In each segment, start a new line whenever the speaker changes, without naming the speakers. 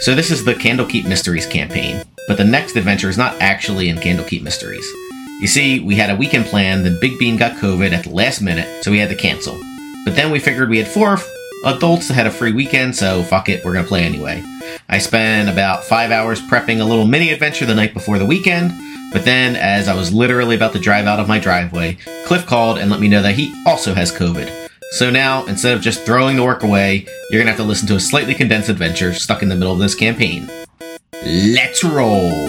So this is the Candlekeep Mysteries campaign, but the next adventure is not actually in Candlekeep Mysteries. You see, we had a weekend plan, then Big Bean got COVID at the last minute, so we had to cancel. But then we figured we had four f- adults that had a free weekend, so fuck it, we're gonna play anyway. I spent about five hours prepping a little mini adventure the night before the weekend, but then as I was literally about to drive out of my driveway, Cliff called and let me know that he also has COVID. So now, instead of just throwing the work away, you're gonna have to listen to a slightly condensed adventure stuck in the middle of this campaign. Let's roll!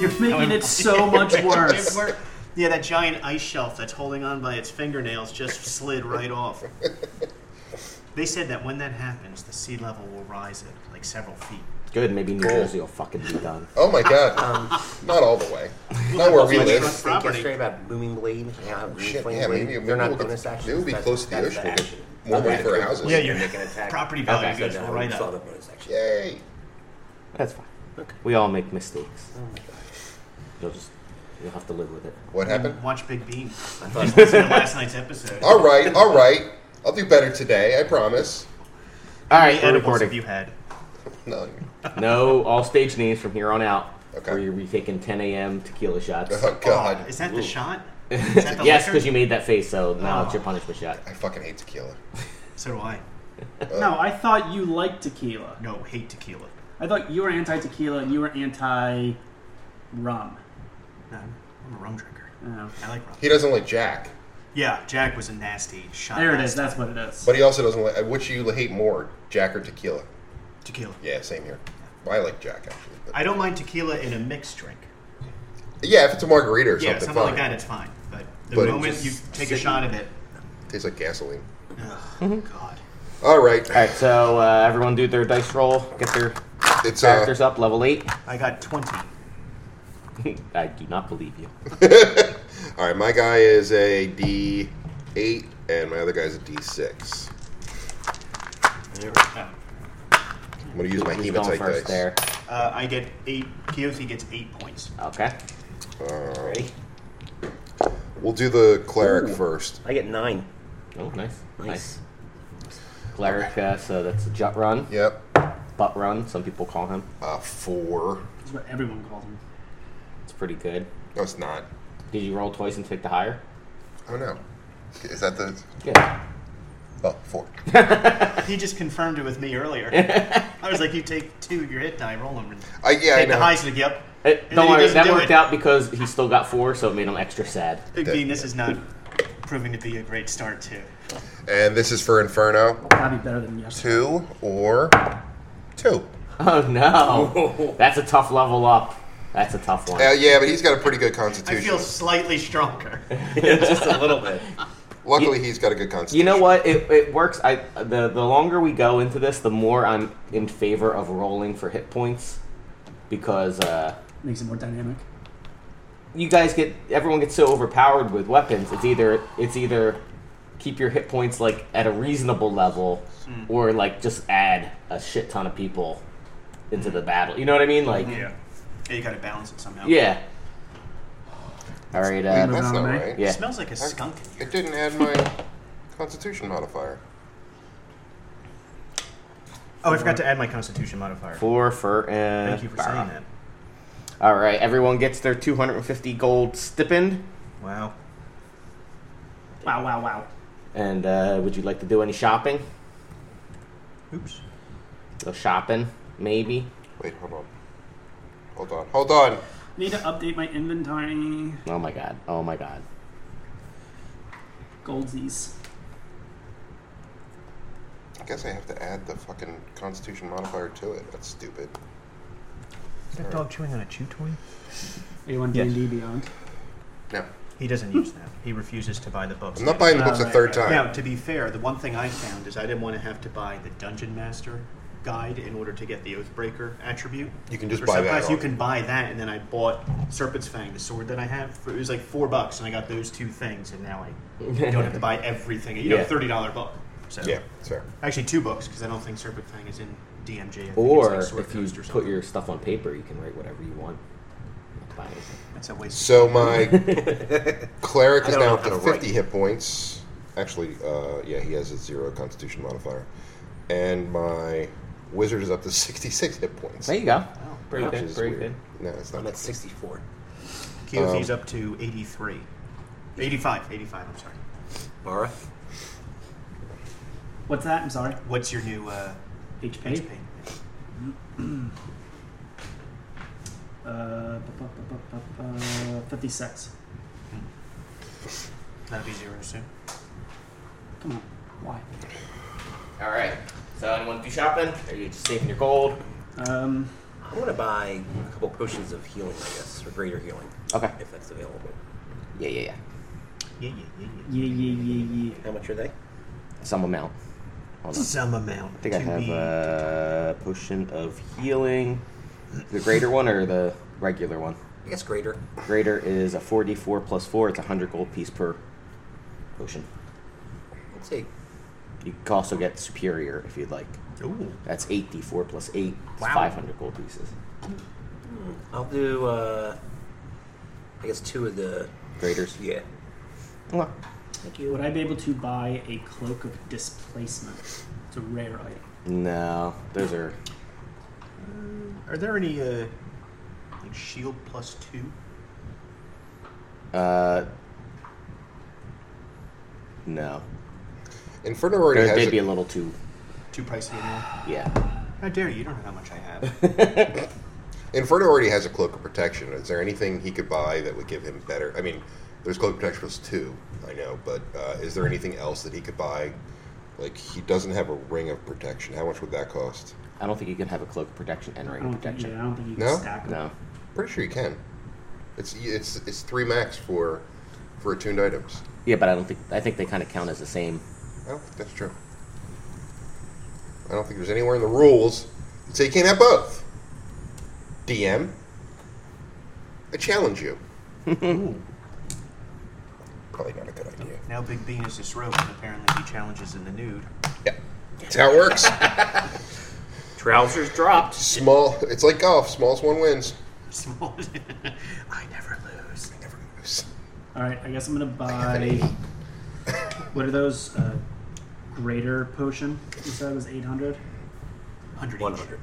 You're making it so much worse.
Yeah, that giant ice shelf that's holding on by its fingernails just slid right off. They said that when that happens, the sea level will rise at like several feet.
Good, maybe New Jersey will fucking be done.
Oh my god.
Um,
Not all the way. Not where we
Like
live.
trust
Think
property.
yesterday about Booming Blade. You know, how Green
Oh, Shit,
Flame
yeah,
Blade,
maybe, maybe
they're not
we'll
doing
get,
this action.
It would be
That's-
close to the
that's
ocean. We'll get
action.
more money
Okay,
for our
cool.
houses.
Yeah, you're-
Make an attack.
Property value
Okay,
goes
so
right
we
up.
saw the bonus action.
Yay.
That's fine. We all make mistakes. You'll just you'll have to live with it.
What happened?
Watch Big Bean. Just listen to last night's episode.
All right, all right. I'll do better today, I promise.
All right, we're
Edibles
recording.
have you had?
No.
No, all stage names from here on out.
Okay.
Where you're be taking 10 a.m. tequila shots.
Oh god.
Is that the shot?
yes, because you made that face, so now it's your punishment shot.
I fucking hate tequila.
So do I.
No, I thought you liked tequila.
No, hate tequila.
I thought you were anti tequila and you were anti rum.
No, I'm a rum drinker.
Oh.
I like rum.
He doesn't like Jack,
Yeah, Jack was a nasty shot.
There it is.
last
That's what it is.
but he also doesn't like. uh, Which you hate more, Jack or tequila?
time. Tequila.
Yeah, same here. Well, I like Jack actually. but-
I don't mind tequila in a mixed drink.
yeah, if it's a margarita or
Yeah, something,
something,
like
fine.
that, it's fine. But the
But it
moment
just
you take a shot of it,
Tastes like gasoline.
Mm-hmm.
ugh, God.
All right.
All right, so uh, everyone do their dice roll, get their
It's uh,
characters up, level 8.
I got 20.
I do not believe you.
All right, my guy is a D eight, and my other guy's a D six.
Uh,
I'm gonna use my
Who's going
hematite
first
dice.
there?
uh, I get 8. Keothi gets 8 points.
Okay. Ready?
Um, We'll do the cleric first.
I get nine. Oh, nice. Nice. Cleric, uh, so that's a jut run,
Yep.
butt run, some people call him.
Uh, four.
That's what everyone calls me.
It's pretty good.
No, it's not.
Did you roll twice and take the higher? Uh,
Oh no. Is that the?
Yeah.
Oh, four.
He just confirmed it with me earlier. I was like, you take 2 of your hit die, roll them. And
I, yeah, I
take
know.
the highs and the yep.
It-
And then
don't
he
worry,
doesn't
that
do
worked
it.
out because he still got four, so it made him extra sad.
Big Bean, this is not proving to be a great start, too.
And this is for Inferno.
That'd be better than yesterday.
Two or two.
Oh no! That's a tough level up. That's a tough one.
Uh, yeah, but he's got a pretty good
I
constitution.
feel slightly stronger.
Just a little bit.
Luckily, he's got a good constitution.
You know what? It, it works. I the the longer we go into this, the more I'm in favor of rolling for hit points because uh,
Makes it more dynamic.
you guys get everyone gets so overpowered with weapons. It's either it's either keep your hit points like at a reasonable level, or like just add a shit ton of people into the battle. You know what I mean? Like yeah.
Yeah, you gotta balance it somehow.
All right.
Wait,
Uh,
that's not
Right.
right.
yeah.
It smells like a skunk.
It didn't add my constitution modifier.
Oh, I forgot to add my constitution modifier.
Four for uh,
Thank you for
Barra.
saying that.
All right, everyone gets their 250 gold stipend.
Wow.
Wow, wow, wow.
And uh, would you like to do any shopping?
Oops.
Go shopping, maybe.
Wait, hold on. Hold on. Hold on.
Need to update my inventory.
Oh my god! Oh my god!
Goldsies.
I guess I have to add the fucking constitution modifier to it. That's stupid.
Is that dog chewing on a chew toy?
Are you on
Yes.
D&D Beyond?
No.
He doesn't use them. He refuses to buy the books.
I'm not buying the books a
Alright,
third time.
Uh, Now, to be fair, the one thing I found is I didn't want to have to buy the Dungeon Master guide in order to get the Oathbreaker attribute.
You can just
For
buy
some
that
class,
on
You
it.
can buy that, and then I bought Serpent's Fang, the sword that I have. For, it was like four bucks, and I got those two things, and now I don't have to buy everything. You know,
Yeah.
thirty dollar book. So
Yeah, it's fair.
actually, two books because I don't think Serpent Fang is in DMG. I think it's
Or
like Sword
if you
Coast or
put
something.
your stuff on paper, you can write whatever you want. buy anything.
That's a waste.
So my cleric is
I don't know
down
how
to
to
50
write.
hit points. Actually, uh, yeah, he has a zero constitution modifier. And my wizard is up to 66 hit points.
There you go. Pretty
which
good.
is
Pretty
weird.
good.
No, it's not.
I'm at 64.
Keothi's
Um,
up to 83. 85, 85, I'm sorry.
Mara?
What's that? I'm sorry.
What's your new uh,
HP.
HP?
Uh, bu- bu- bu- bu- bu- bu- 56.
That'll be zero soon.
Come on. Why?
All right. So anyone do shopping? Are you just saving your gold?
Um,
I want to buy a couple potions of healing, I guess, or greater healing,
Okay.
if that's available.
Yeah, yeah, yeah.
Yeah, yeah, yeah, yeah.
yeah, yeah, yeah,
How much are they?
Some amount. Hold on.
Some amount.
I think I
to
have uh,
be-
a potion of healing. The greater one or the regular one?
I guess greater.
Greater is a 4d4 plus 4. It's a 100 gold piece per potion.
Let's see.
You can also get superior if you'd like.
Ooh.
That's 8d4 plus 8. It's
Wow.
500 gold pieces.
I'll do, uh, I guess two of the.
Graders.
Yeah.
Okay.
Thank
yeah.
you.
Would I be able to buy a cloak of displacement? It's a rare item.
No, those are.
Are there any uh, like shield plus two?
Uh, no.
Inferno already
They're-
has
They'd
it.
be a little too.
Too pricey anymore?
Yeah.
How dare you? You don't know how much I have.
Inferno already has a cloak of protection. Is there anything he could buy that would give him better? I mean, there's cloak of protection plus two, I know, but uh, is there anything else that he could buy? Like he doesn't have a ring of protection. How much would that cost?
I don't think you can have a cloak of protection and
I
ring of
don't
protection.
think. Yeah, I don't think you can
No?
stack them.
No.
Pretty sure you can. It's it's it's three max for for attuned items.
Yeah, but I don't think. I think they kind of count as the same.
I don't think that's true. I don't think there's anywhere in the rules that say you can't have both. DM, I challenge you.
Ooh.
Probably not a good idea.
Now Big Bean is disrobed, and apparently he challenges in the nude.
Yeah, that's how it works.
Trousers dropped.
Small. It's like golf. Smallest one wins.
Small. I never lose.
Never lose.
All right, I guess I'm gonna buy. what are those? Uh, greater potion. You said it was 800.
100 each.
100.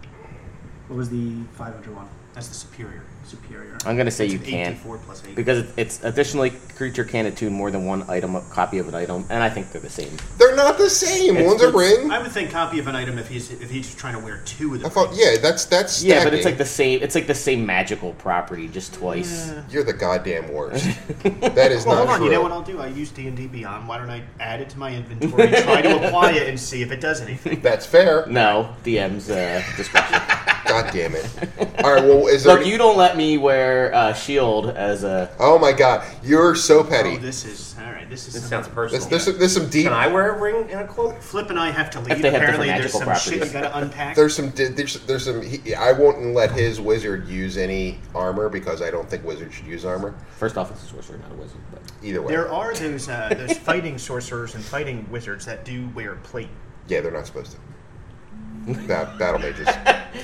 What was the 500 one?
That's the superior.
Superior.
I'm gonna say you
It's
can
84 plus 8.
because it- it's additionally creature can attune more than one item, a copy of an item, and I think they're the same.
They're not the same.
It's-
One's a
it's-
ring.
I
I
would think copy of an item if he's if he's trying to wear two of them.
thought. Yeah, that's that's.
Yeah, but it's like
stacking.
the same. It's like the same magical property, just twice.
You're the goddamn worst. that is
Well,
not
hold on.
true.
You know what I'll do? I use D and D Beyond. Why don't I add it to my inventory, try to apply it, and see if it does anything?
That's fair.
No, DM's uh, discretion.
God damn it. All right. Well, is there?
Look, you don't let me wear uh, shield as a.
oh my god, you're so
Oh,
petty.
this is all right. This is
This
some-
sounds
There's,
personal.
there's, some, there's some deep.
Can I wear a ring and a cloak?
Flip and I have to leave.
they have
Apparently,
different
there's
magical
some shit
properties.
you gotta unpack.
There's some. di- There's, there's some. He, I won't let his wizard use any armor because I don't think wizards should use armor.
First off, it's a sorcerer, not a wizard. But
Either way.
There are those uh, those fighting sorcerers and fighting wizards that do wear plate.
yeah, they're not supposed to. Ba- battle mages.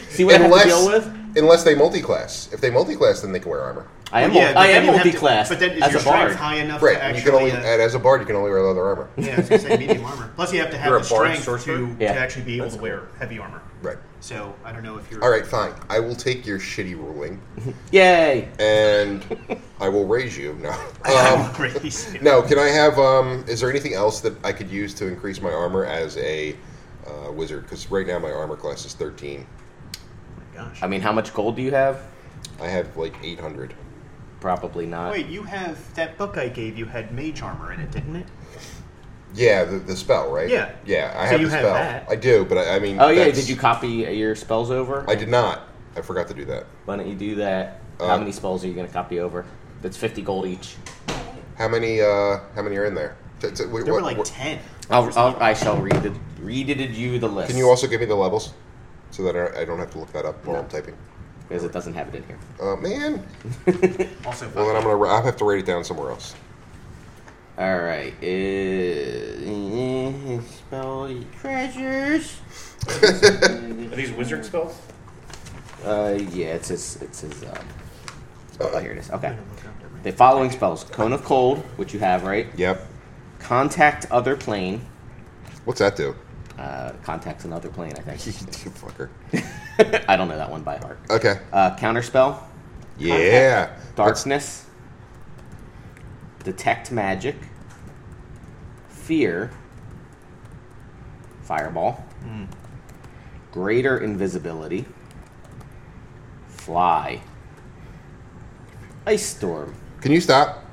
see what I
unless,
have to deal with.
unless they multiclass. If they multiclass, then they can wear armor.
I am.
Well, yeah,
I
but then
am
you have to-
multi-class.
But then is
as
your
a bard.
strength high enough
Right,
to
and
actually?
you can only,
uh,
and as a bard, you can only wear leather armor.
yeah, I was gonna say medium armor. Plus, you have to have
You're a
the
bard
strength
sorcerer?
to,
Yeah.
to actually be able to wear heavy armor.
Right.
So I don't know if you're
All right, fine. I will take your shitty ruling,
Yay!
and I will raise you. No, um,
Raise you.
no. Can I have? Um, is there anything else that I could use to increase my armor as a uh, wizard? Because right now my armor class is thirteen.
Oh my gosh.
I mean, how much gold do you have?
I have like eight hundred.
Probably not.
Wait, you have that book I gave you had mage armor in it, didn't it?
Yeah, the, the spell, right?
Yeah.
Yeah, I
So
have
you
the
have
spell.
that.
I do, but I, I mean.
Oh yeah,
that's-
did you copy your spells over?
I did not. I forgot to do that.
Why don't you do that?
Uh,
How many spells are you going to copy over? That's 50 gold each.
How many? Uh, how many are in there? T- t- wait,
There
what-
were like
what- Uh,
ten.
I'll, I'll, I shall read it, read it to you the list.
Can you also give me the levels so that I I don't have to look that up while I'm typing?
Because it doesn't have it in here.
Uh, man.
Also,
Well, then I'm gonna. I'll have to write it down somewhere else.
All right. Uh, spell treasures.
Are these wizard spells?
Uh, yeah, it's his. It's his. Um, Oh, here it is. Okay.
I'm gonna look up every-
The following spells: Cone of Cold, which you have, right?
Yep.
Contact other plane.
What's that do?
Uh, contacts another plane, I
you
think.
fucker.
I don't know that one by heart.
Okay.
Uh, counterspell,
Yeah.
darkness, detect magic, fear, fireball, greater invisibility, fly, ice storm.
Can you stop?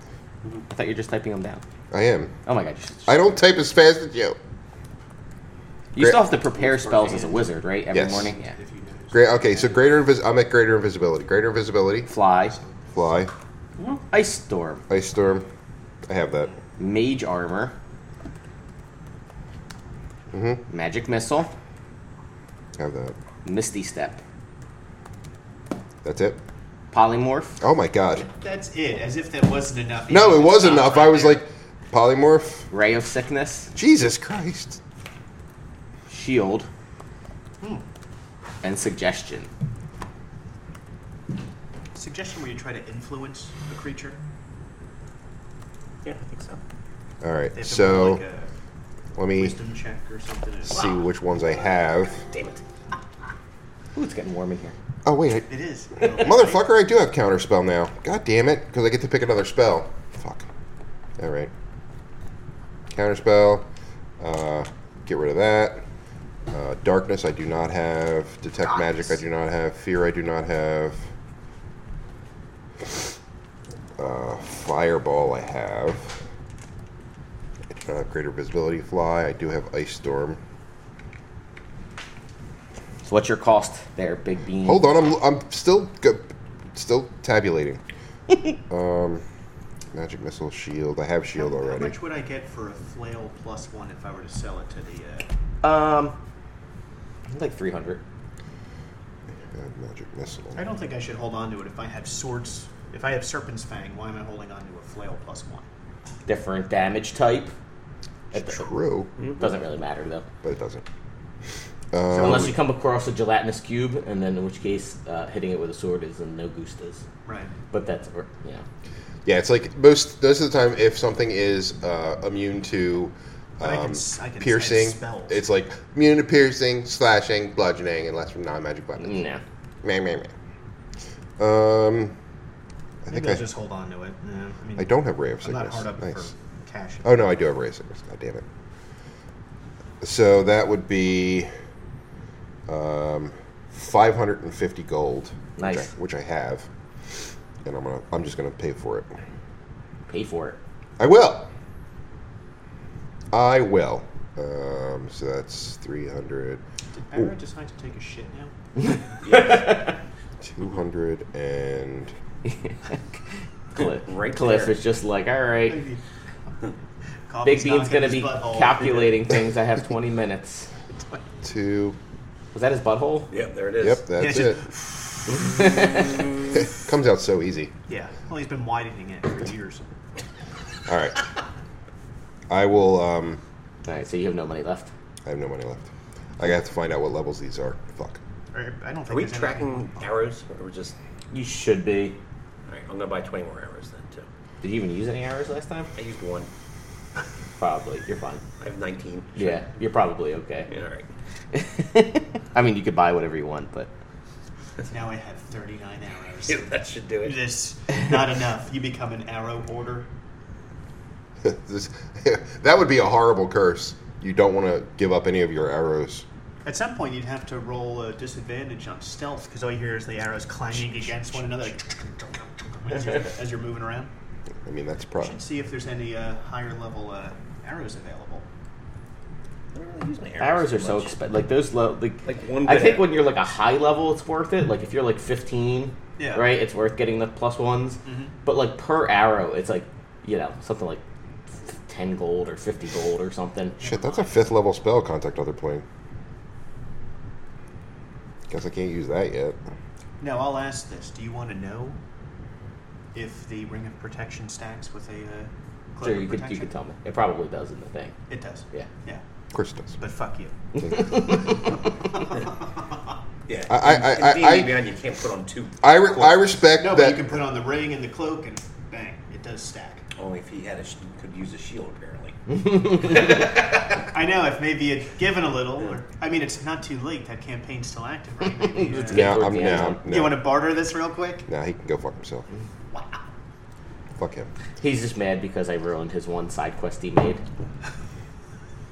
I thought you were just typing them down.
I am.
Oh my god! You, should-
I don't type as fast as you.
you still have to prepare spells as a wizard, right? Every
Yes.
morning. Yeah.
if you notice.
Great. Okay, so greater invis. I'm at greater invisibility. Greater invisibility.
Fly,
Fly.
ice storm,
Ice storm. I have that.
mage armor, magic missile,
I have that.
misty step,
That's it.
polymorph.
Oh my god.
That's it. As if that wasn't enough.
No, it was
Stop
enough.
right
I was
there.
like, polymorph.
Ray of Sickness,
Jesus Christ.
Shield, and Suggestion.
suggestion where you try to influence a creature.
Yeah, I think so.
All
They
right.
have to roll,
So
like a
let me
wisdom check or something. Wow.
see which ones I have.
Damn it. Ooh, it's getting warm in here.
Oh wait, I,
It is.
motherfucker! I do have counterspell now. God damn it! Because I get to pick another spell. Fuck. All right. Counterspell. Uh, get rid of that. Uh, darkness. I do not have. Detect magic. I do not have. Fear. I do not have. Uh, fireball. I have. I do not have greater visibility. Fly. I do have ice storm.
So what's your cost there, Big Bean?
Hold on, I'm I'm still go, still tabulating. um, magic missile shield. I have shield
How
already.
much would I get for a flail plus one if I were to sell it to the? Uh,
Um, like 300.
Uh, magic missile.
I don't think I should hold on to it if I have swords. If I have serpent's fang, why am I holding on to a flail plus one?
Different damage type. It
It's true,
Hmm?
doesn't really matter, though.
but it doesn't. Um,
So unless you come across a gelatinous cube, and then in which case uh, hitting it with a sword is a no gustas.
Right.
But that's, or, yeah.
Yeah, it's like most most of the time, if something is uh, immune to
But I can
um,
s- I can
piercing,
sense spells.
it's like immune to piercing, slashing, bludgeoning, unless from non-magic weapons.
No.
Meh, meh, meh. Um, I think
Maybe I'll
I,
just hold on to it. No, I mean,
I don't have ray of
I'm
sickness.
not hard up
nice.
for cash.
Oh no, I do have ray of sickness. God damn it. So that would be um, 550 gold, which,
Nice.
I, which I have, and I'm gonna I'm just gonna pay for it.
Pay for it.
I will. I will. Um, so that's 300,
Did Barra decide to take a shit now?
200, and
Cliff,
Right
Cliff
there.
is just like, all right, Big
Coffee's
Bean's
knocking
gonna
his
be
butthole.
calculating things. I have 20 minutes.
two.
Was that his butthole?
Yep, there it is.
Yep, that's
Yeah,
it. Comes out so easy.
Yeah. Well, he's been widening it for years.
All right. I will. Um,
All right, so you have no money left.
I have no money left. I have to find out what levels these are. Fuck.
Or- I don't think
Are we
there's anything-
tracking arrows, or we're just?
You should be.
All right, I'm gonna buy 20 more arrows then too.
Did you even use any hours last time?
I used one.
Probably. You're fine.
I have 19.
Yeah, you're probably okay.
Yeah, all right.
I mean, you could buy whatever you want, but
Now I have 39 arrows.
Yep, that should do it.
This not enough. You become an arrow order.
This- that would be a horrible curse. You don't want to give up any of your arrows.
At some point, you'd have to roll a disadvantage on stealth because all you hear is the arrows clanging against one another like, as, you're, as you're moving around.
I mean, that's probably.
Should see if there's any uh, higher level uh, arrows available.
I don't really use my
arrows
too
are so
much.
expensive. Like those low. Like,
Like one
I
good
think
arrow.
when you're like a high level, it's worth it. Like if you're like 15,
Yeah.
right, it's worth getting the plus ones. But like per arrow, it's like you know something like 10 gold or 50 gold or something.
Shit, that's a fifth level spell. Contact other plane. Guess I can't use that yet.
Now, I'll ask this: Do you want to know if the ring of protection stacks with a uh, cloak
Sure,
of
you could you
protection?
could tell me. It probably does in the thing.
It does.
Yeah.
Yeah.
Of course it does.
But fuck you.
Yeah.
I- I-
And- and
I-
being
I-
behind you can't put on two.
I, re- I
cloaks.
respect
No, but
that.
you can put on the ring and the cloak, and bang, it does stack.
Only if he had a sh- could use a shield apparently.
I know if maybe it given a little, or I mean, it's not too late. That campaign's still active, right? Maybe, uh,
no, I'm
towards the end
no,
zone.
no.
You want to barter this real quick?
No, he can go fuck himself. Fuck him.
He's just mad because I ruined his one side quest he made.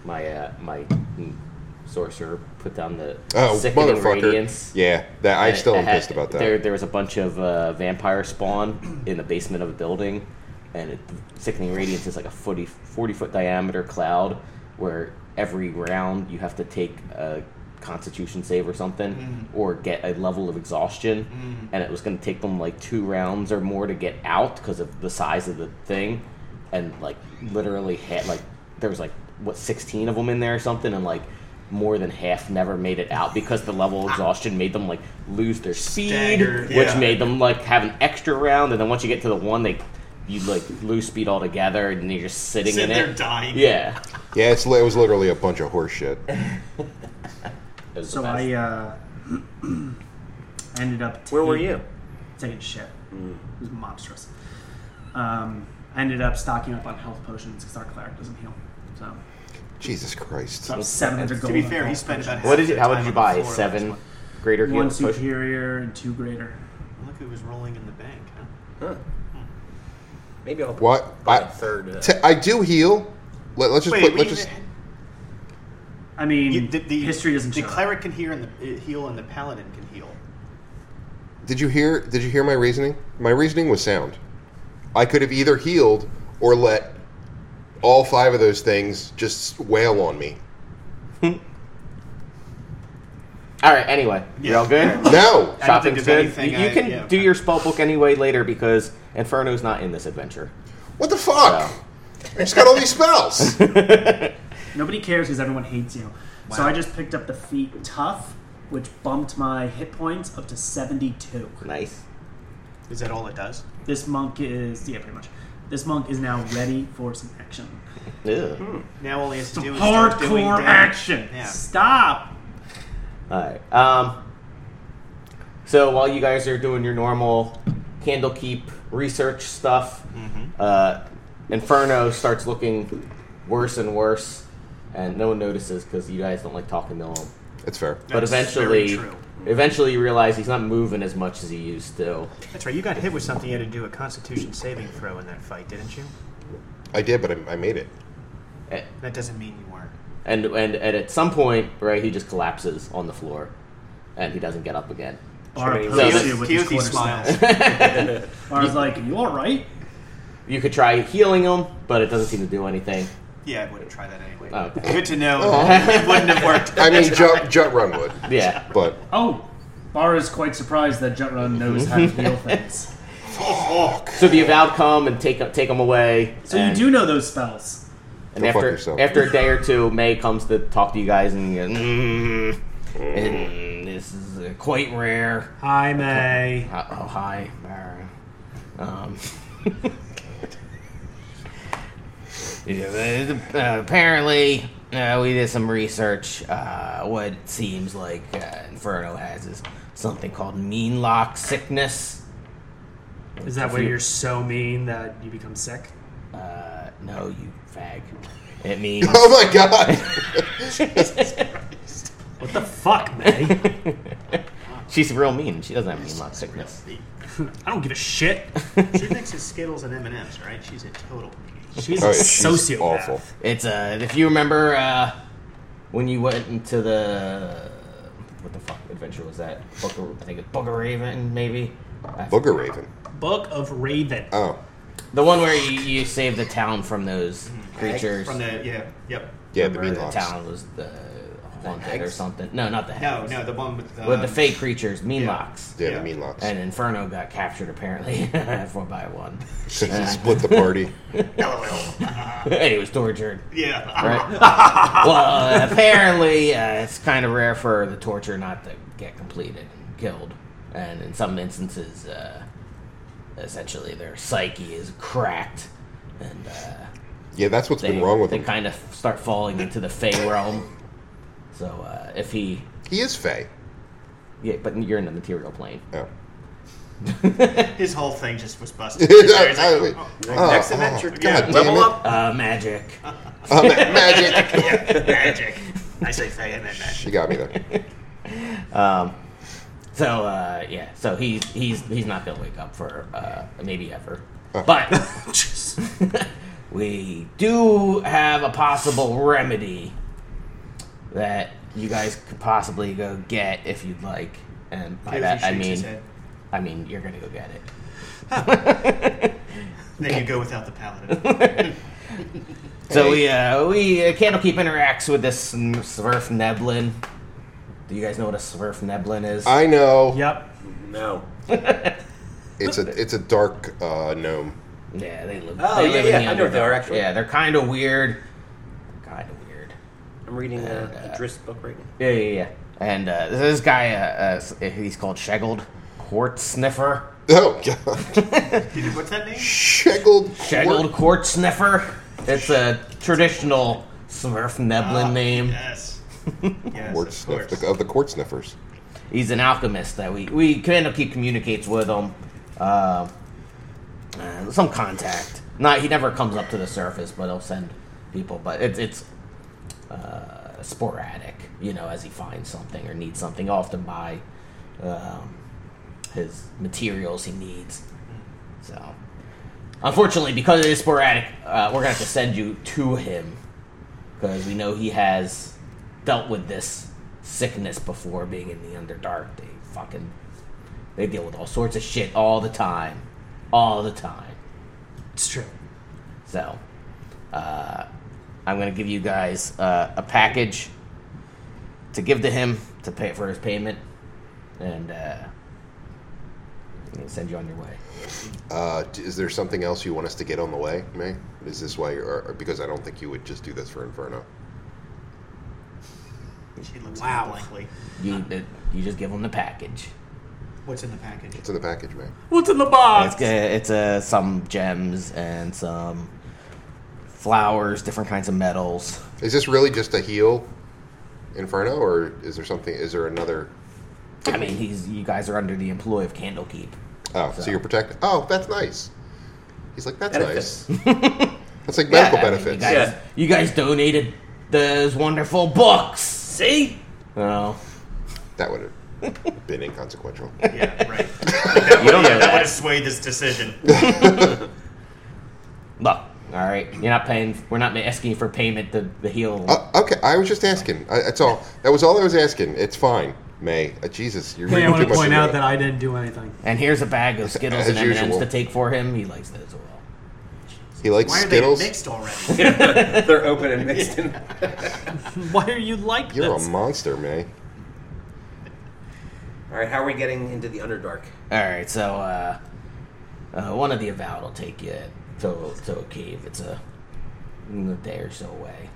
My uh, my mm, sorcerer put down the
Oh,
sickening
motherfucker.
radiance.
Yeah, that I
And it-
still
it
am
had-
pissed about that.
There, there was a bunch of uh, vampire spawn in the basement of a building, and it, sickening radiance is like a 40, 40 foot diameter cloud where every round you have to take a constitution save or something or get a level of exhaustion and it was going to take them like two rounds or more to get out because of the size of the thing and like literally had like there was like what 16 of them in there or something and like more than half never made it out because the level of exhaustion made them like lose their speed
Staggered,
which
yeah.
made them like have an extra round and then once you get to the one they you like lose speed altogether and you're just sitting
Sit
in
there
it
dying.
yeah
Yeah, it's, li- it was literally a bunch of horse shit.
It was the
So
best.
I uh, I ended up.
Where were
taking-
you?
Taking shit.
Mm.
It was monstrous. Um, I ended up stocking up on health potions because our cleric doesn't heal. So,
Jesus Christ.
so I'm 700 gold.
To be
on
fair, he
health
spent
potions.
about half
what did you
the
how
time
did you
on
buy
the floor
seven
last month.
greater heal
one
push
superior and two greater.
Look who was rolling in the bank. Huh?
Huh. Maybe I'll
What?
buy
I-
a third. Uh,
T- I do heal. Let, let's just
Wait,
put,
we,
let's just.
I mean,
you, the, the,
history doesn't
The
show.
cleric can hear and the uh, heal, and the paladin can heal.
Did you hear? Did you hear my reasoning? My reasoning was sound. I could have either healed or let all five of those things just wail on me.
all right anyway you're all good
No,
I don't think
shopping's
of
good
anything
you, you
I-
can
yeah.
do your spell book anyway later because inferno's not in this adventure
what the fuck? I just got all these spells.
Nobody cares because everyone hates you. So I just picked up the feat tough, which bumped my hit points up to 72.
nice
Is that all it does?
This monk is yeah, pretty much. This monk is now ready for some action.
Ew.
Now all he has to do is start doing
Hardcore
damage.
action.
Yeah.
Stop.
Alright. Um, so while you guys are doing your normal Candlekeep research stuff,
Mm-hmm.
uh, Inferno starts looking worse and worse, and no one notices because you guys don't like talking to him.
That's fair.
But
That's
eventually,
very true.
eventually you realize he's not moving as much as he used to.
That's right. You got hit with something. You had to do a Constitution saving throw in that fight, didn't you?
I did, but I, I made it.
A-
That doesn't mean you weren't.
And, and and at some point, right, he just collapses on the floor, and he doesn't get up again.
Bar
Sure,
approaches
he-
you with his
Keothi
quarterstaff.
smiles.
Bar's like, "You all right?"
You could try healing him, but it doesn't seem to do anything.
yeah, I wouldn't try that anyway.
Okay.
Good to know.
Uh-huh.
it wouldn't have worked.
I mean, Jut, Jut Run would,
Yeah.
but
Oh, Bar is quite surprised that Jutrun knows how to heal things.
So the avowed come and take take them away.
So
and,
you do know those spels.
And
Go fuck
after
yourself.
after a day or two, May comes to talk to you guys and. you go, Mm, mm, this is uh, quite rare.
Hi, May.
Uh, oh, hi, Baron. Um, yeah, uh, apparently, uh, we did some research. Uh, what it seems like uh, Inferno has is something called mean lock sickness.
Is that where you're so mean that you become sick?
Uh, no, you fag. It means.
oh my god,
What the fuck, May?
She's real mean. She doesn't have mean lock sickness.
I don't give a shit.
She mixes Skittles and M&Ms, right? She's a total.
She's
oh,
a
yeah, she's
sociopath.
awful.
It's uh, if you remember uh, when you went into the what the fuck adventure was that? Booker, I think it's Booger Raven, maybe. I-
Booger Raven.
Book of Raven.
Oh,
The one where you, you saved the town from those creatures.
From the, yeah, yep.
yeah, the
Where
meat
the
locks.
town was the haunted or
hags?
something. No, not the
No,
hags.
no, the one with, um,
with the fake creatures, mean
yeah.
locks.
Yeah,
Yeah.
the meat locks.
And Inferno got captured apparently four by one.
Split the party.
and he was tortured.
Yeah.
right? well, uh, apparently, uh, it's kind of rare for the torture not to get completed and killed. And in some instances, uh, essentially, their psyche is cracked. And uh,
Yeah, that's what's
they,
been wrong with
they
him.
kind of start falling into the Fey realm. So uh, if he.
He is Fey.
Yeah, but you're in the material plane.
Oh.
His whole thing just was busted. He's like,
oh,
"Oh,
next
adventure.
God
Yeah,
damn
level
it.
up.
Uh, magic.
Oh, ma- magic.
magic. I say fey and then magic.
she got me there.
Um, so uh, yeah, so he's he's he's not gonna wake up for uh, maybe ever, but we do have a possible remedy that you guys could possibly go get if you'd like, and by
He
that I
shakes his
mean
head.
I mean you're gonna go get it.
Then you go without the paladin.
So we uh, we uh, Candlekeep interacts with this mm, Swerf Neblin. Do you guys know what a Swerf Neblin is?
I know.
Yep.
No.
It's a it's a dark uh, gnome.
Yeah, they live.
Oh,
they
yeah,
live
yeah,
in the
I know what they are,
underdark.
actually.
Yeah, they're kind of weird. Kind of weird.
I'm reading uh, a Driss book right now.
Yeah, yeah, yeah. And uh, this guy, uh, uh, he's called Sheggled Court Sniffer.
Oh god,
Dude, What's that name?
shackled.
Sheggled Court Sniffer. It's a traditional Smurf Neblin
Ah,
name.
Yes. Yes,
Court
of
sniff,
course.
the, of the court sniffers.
he's an alchemist that we we kind of keep communicates with him. Uh, uh, some contact. Not he never comes up to the surface, but he'll send people. But it's it's uh, sporadic, you know, as he finds something or needs something. Often by um, his materials he needs. So, unfortunately, because it is sporadic, uh, we're gonna have to send you to him because we know he has dealt with this sickness before being in the underdark they fucking they deal with all sorts of shit all the time all the time
It's true.
so uh, i'm gonna give you guys uh, a package to give to him to pay for his payment and uh, i'm gonna send you on your way
Uh, d- is there something else you want us to get on the way, May? Is this why you're? Or, because I don't think you would just do this for Inferno.
She looks
Wow.
wow. blankly.
you,
Uh.
it, you just give him the package
What's in the package?
It's in the package, man.
What's in the box?
It's g- it's uh, some gems and some flowers, different kinds of metals.
Is this really just a heal, Inferno, or is there something? Is there another?
I mean, he's you guys are under the employ of Candlekeep.
Oh, so,
So-
you're protected. Oh, that's nice. He's like, that's
Benefits.
nice. That's like medical
I mean,
benefits.
you, guys,
Yeah.
you guys donated those wonderful books.
See?
Oh,
That would have been inconsequential.
yeah, right.
you don't know
That would
that.
have swayed this decision.
Look, all right, you're not paying. We're not asking you for payment to the heal.
Uh, okay, I was just asking. I, that's all. That was all I was asking. It's fine, May. Uh, Jesus, you're
Hey,
reading
I want
too
to
much
point
into
out that I didn't do anything.
and here's a bag of Skittles
As
and M and M's
usual.
to take for him. He likes those as well.
he likes
Why are
Skittles.
they mixed already?
They're open and mixed in.
Why are you like
You're
this?
a monster, May.
All right, how are we getting into the Underdark?
All right, so uh, uh, one of the avowed will take you to to a cave. It's a, a day or so away,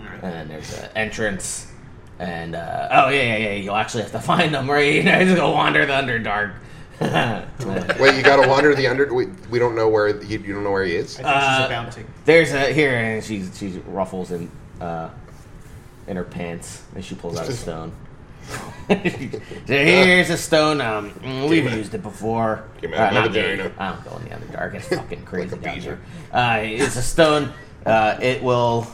and then there's an entrance. And uh, oh yeah, yeah, yeah, you'll actually have to find them, right? You know, just go wander the underdark.
Wait, you gotta wander the under. We, we don't know where he. You don't know where he is.
I think
Uh,
she's about to.
there's a here, and she's she's ruffles in uh, in her pants, and she pulls out a stone. so here's a stone. Um, mm, we've used it before. Uh,
Came out of
not
the
me.
vagina.
I don't go in the underdark. It's fucking crazy
Like a
down
beaver.
there. Uh, it's a stone. Uh, it will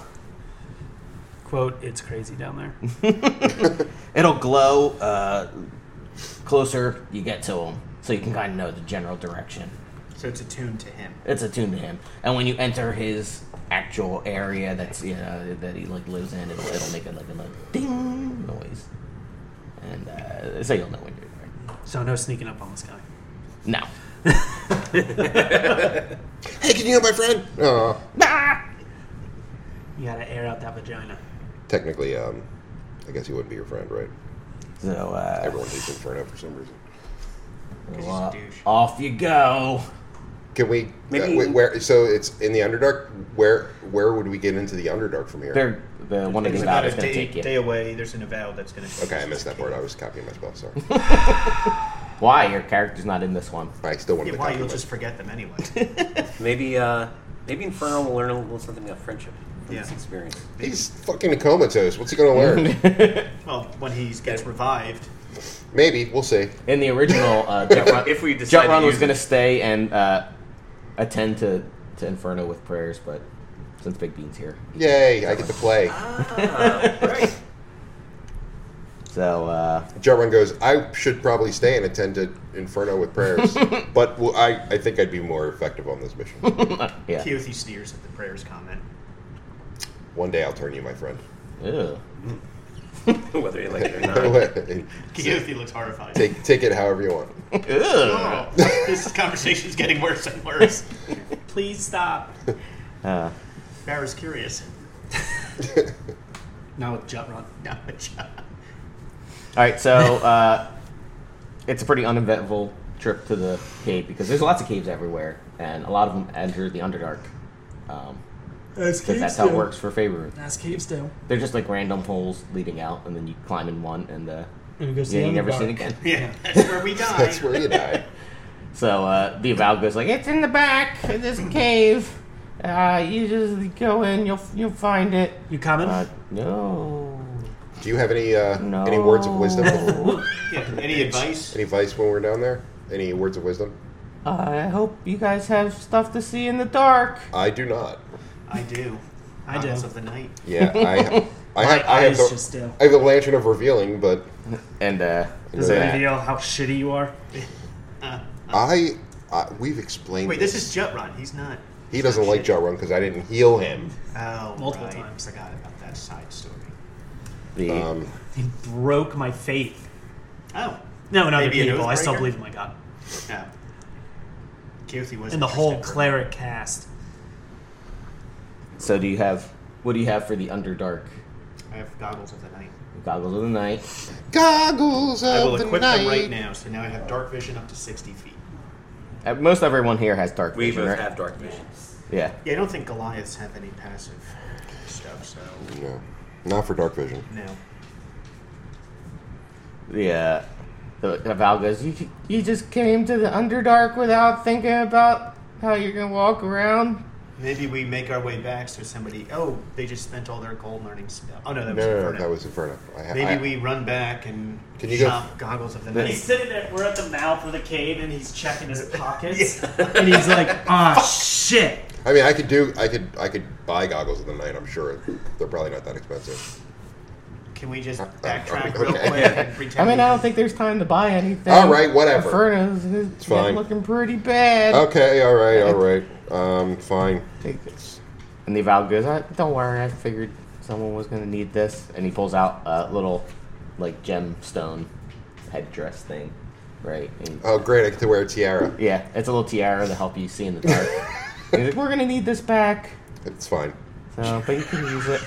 Quote, it's crazy down there.
it'll glow uh, closer you get to him, so you can kind of know the general direction.
So it's attuned to him.
It's attuned to him, and when you enter his actual area, that's you know that he like lives in, it'll, it'll make a like a little ding noise, and uh, so you'll know when you're there.
So no sneaking up on this guy.
No,
Hey, can you help my friend? Uh,
You gotta air out that vagina.
technically, um, I guess he wouldn't be your friend, right?
so uh,
Everyone hates Inferno for some reason.
He's
well,
a douche.
off you go.
Can we?
Maybe-
uh, wait, where? So it's in the Underdark. Where? Where would we get into the Underdark from here?
They're the one of
It's
the
about
god
a
is gonna
day,
take
day
you.
away. There's an avowed that's going to.
Okay, I missed that part. I was copying myself. Sorry.
Why your character's not in this one?
I still wanted
Yeah,
to
why?
copy.
You'll
myself.
just forget them anyway.
Maybe, uh, maybe Inferno will learn a little something about friendship from this
Yeah.
experience.
He's fucking comatose. What's he gonna learn?
well, when he gets revived,
Maybe we'll see.
In the original, uh, Jet Run,
if we decide
Jet
to
Run was
use
going to
it.
stay and uh, attend to, to Inferno with prayers, but since Big Bean's here,
Yay! I get to play.
Ah,
Uh,
right.
so uh,
Jet Run goes. I should probably stay and attend to Inferno with prayers, but well, I I think I'd be more effective on this mission.
yeah.
Keothi sneers at the prayers comment.
One day I'll turn you, my friend.
Ew.
Whether you like it or not.
take
Keothi looks horrified.
take it however you want.
Oh, this conversation's getting worse and worse. Please stop.
Uh,
Barra's curious.
Now with Jet Run.
No, John.
All right, so uh, it's a pretty uneventful trip to the cave because there's lots of caves everywhere, and a lot of them enter the Underdark. Um,
That's
'cause that's how it works for Faerun.
That's caves do.
They're just like random holes leading out, and then you climb in one, and uh,
And it goes to
yeah,
the
you never
Underdark.
see it again.
Yeah, that's where we die.
That's where you die.
So uh, the Aval goes like, "It's in the back of this cave. Uh, you just go in, you'll you'll find it."
You coming?
Uh, no,
Do you have any uh,
no.
any words of wisdom?
Yeah, Any advice?
any advice when we're down there? Any words of wisdom?
Uh, I hope you guys have stuff to see in the dark.
I do not.
I do.
I do.
Owls of the night.
Yeah, I I have, I have
Eyes
the,
just do.
I have the lantern of revealing, but
And uh,
Does
Yeah.
it reveal how shitty you are?
I, I we've explained.
Wait, this is Jutron. He's not.
he doesn't like Ja Run because I didn't heal him.
Oh,
Multiple
right.
times.
Forgot about that side story.
the
Um,
He broke my faith.
Oh,
No, not
Maybe a
people. I still
nosebreaker?
believe in my god.
no. Keothi was
And the whole
interested.
cleric cast.
So do you have what do you have for the Underdark?
I have goggles of the night.
Goggles of the night.
goggles of
I will
the
equip
night.
them right now, so now I have dark vision up to 60 feet.
Uh, Most everyone here has dark
We
vision,
both
right?
have dark visions.
Yeah.
Yeah, I don't think Goliaths have any passive stuff, so
No, not for dark vision.
no.
The uh, the the Val goes. You you just came to the Underdark without thinking about how you're gonna walk around.
Maybe we make our way back so somebody. Oh, they just spent all their gold learning stuff. Oh no, that
No,
was.
no, no,
Inferno.
that was Inferno. I,
Maybe
I,
we run back and
Can you go-
shop goggles of the
This-
night.
He's sitting there, we're at the mouth of the cave, and he's checking his pockets. And he's like, ah, shit.
I mean, I could do. I could. I could buy goggles of the night. I'm sure they're probably not that expensive.
Can we just
Uh,
backtrack
okay.
real quick and pretend?
I mean, I don't
we-
think there's time to buy anything.
All right, whatever.
Inferno's is
fine. Oh.
looking pretty bad.
Okay, all right, all right. Um, fine.
Take this. And the Val goes. "Uh, Don't worry. I figured someone was gonna need this. And he pulls out a little like gemstone headdress thing, right? And
Oh, great! I get to wear a tiara.
Yeah, it's a little tiara to help you see in the dark. He's like, we're gonna need this back,
It's fine.
so but you can use it.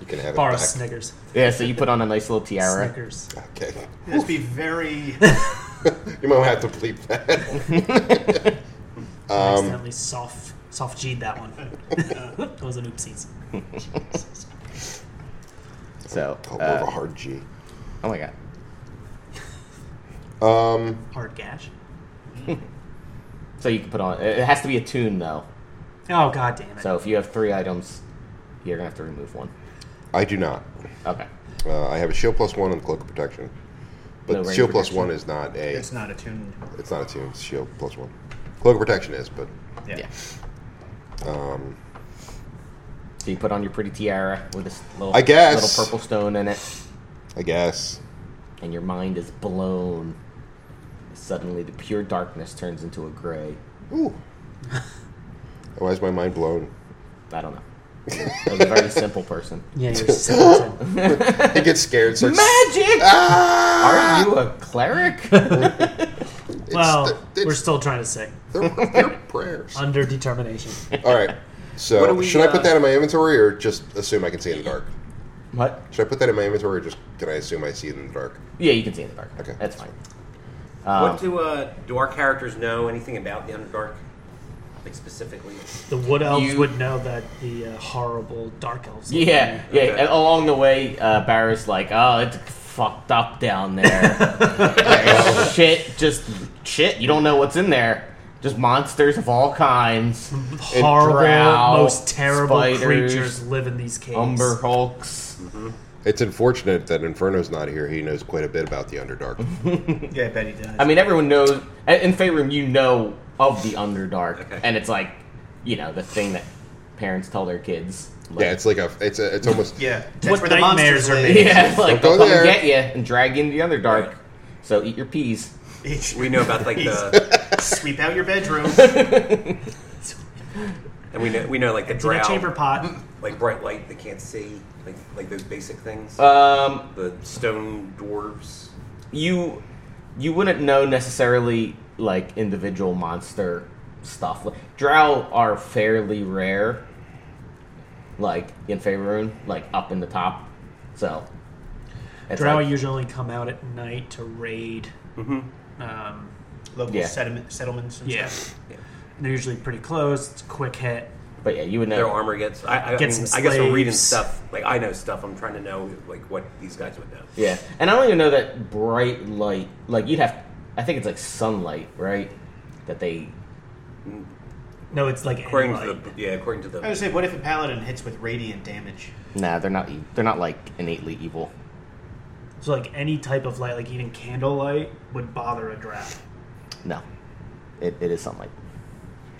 You can have it
Borrow
back.
Snickers.
Yeah, so you put on a nice little tiara.
Snickers.
Okay.
Let's be very.
You might have to bleep that. Um,
I accidentally soft, soft G'd that one. that was an oopsies.
So,
Oh, more of a
uh,
hard G.
oh my god,
Um,
Hard gash.
so you can put on. It it has to be a tune though.
Oh, god damn it.
So if you have three items, you're gonna have to remove one.
I do not.
Okay.
Uh, I have a shield plus one and cloak of protection,
No
but
range
shield plus
protection?
one is not a.
it's not attuned.
It's not a tune. It's shield plus one. Cloak of protection is, but
Yeah.
Yeah.
um,
So you put on your pretty tiara with this little,
I guess.
little purple stone in it,
I guess
and your mind is blown. Suddenly, the pure darkness turns into a gray.
Ooh. Why is my mind blown?
I don't know. I was a very simple person.
yeah, you're so
It gets scared. Starts,
Magic!
ah!
Are you a cleric?
It's
Well,
the-
we're
it's
still trying to sing.
their, their prayers.
Under determination.
All right.
What
So
do we,
should I put
uh,
that in my inventory or just assume I can see in the dark?
what?
Should I put that in my inventory or just can I assume I see it in the dark?
Yeah, you can see in the dark.
Okay.
that's fine. Um,
what do uh, do our characters know anything about the Underdark, like specifically?
The wood elves
You-
would know that the uh, horrible dark elves.
yeah, yeah.
Okay.
and along the way, uh, Barra's like, "Oh, it's fucked up down there. There's shit, just shit. You don't know what's in there. Just monsters of all kinds.
horrible,
drow,
most terrible
spiders,
creatures live in these caves.
Umber hulks.
It's unfortunate that Inferno's not here. He knows quite a bit about the Underdark.
Yeah, I bet he does.
I mean, everyone knows in- in Faerun. You know of the Underdark,
Okay.
and it's like, you know, the thing that parents tell their kids. Like,
yeah, it's like a, it's a, it's almost.
yeah, that's
What
where the
nightmares
monsters
are
are
made?
made.
yeah, like
Don't go
they'll come and
there.
get you and drag you into the Underdark. So eat your peas.
We know about like
Jeez.
the
sweep out your bedroom,
and we know we know like the
It's in a chamber
drow,
pot.
like bright light they can't see, like like those basic things.
Um,
the stone dwarves.
you you wouldn't know necessarily like individual monster stuff. Like, Drow are fairly rare, like in Faerun, like up in the top. So it's
Drow
like-
usually come out at night to raid. Um,
local
Yeah.
sediment, settlements. And
yeah.
stuff.
Yeah.
And they're usually pretty close. It's a quick hit.
but yeah, you would know.
Their armor gets. I, I,
Get
mean,
some
I guess we're reading
slaves.
stuff. Like I know stuff. I'm trying to know like what these guys would know.
Yeah, and I don't even know that bright light. Like you'd have, I think it's like sunlight, right? That they
No, it's like
According
any
to
light.
the yeah, according to
I
the
was gonna say, what if a paladin hits with radiant damage?
nah, they're not. e- They're not like innately evil.
so like any type of light, like even candlelight, would bother a drow.
No, it, it is sunlight.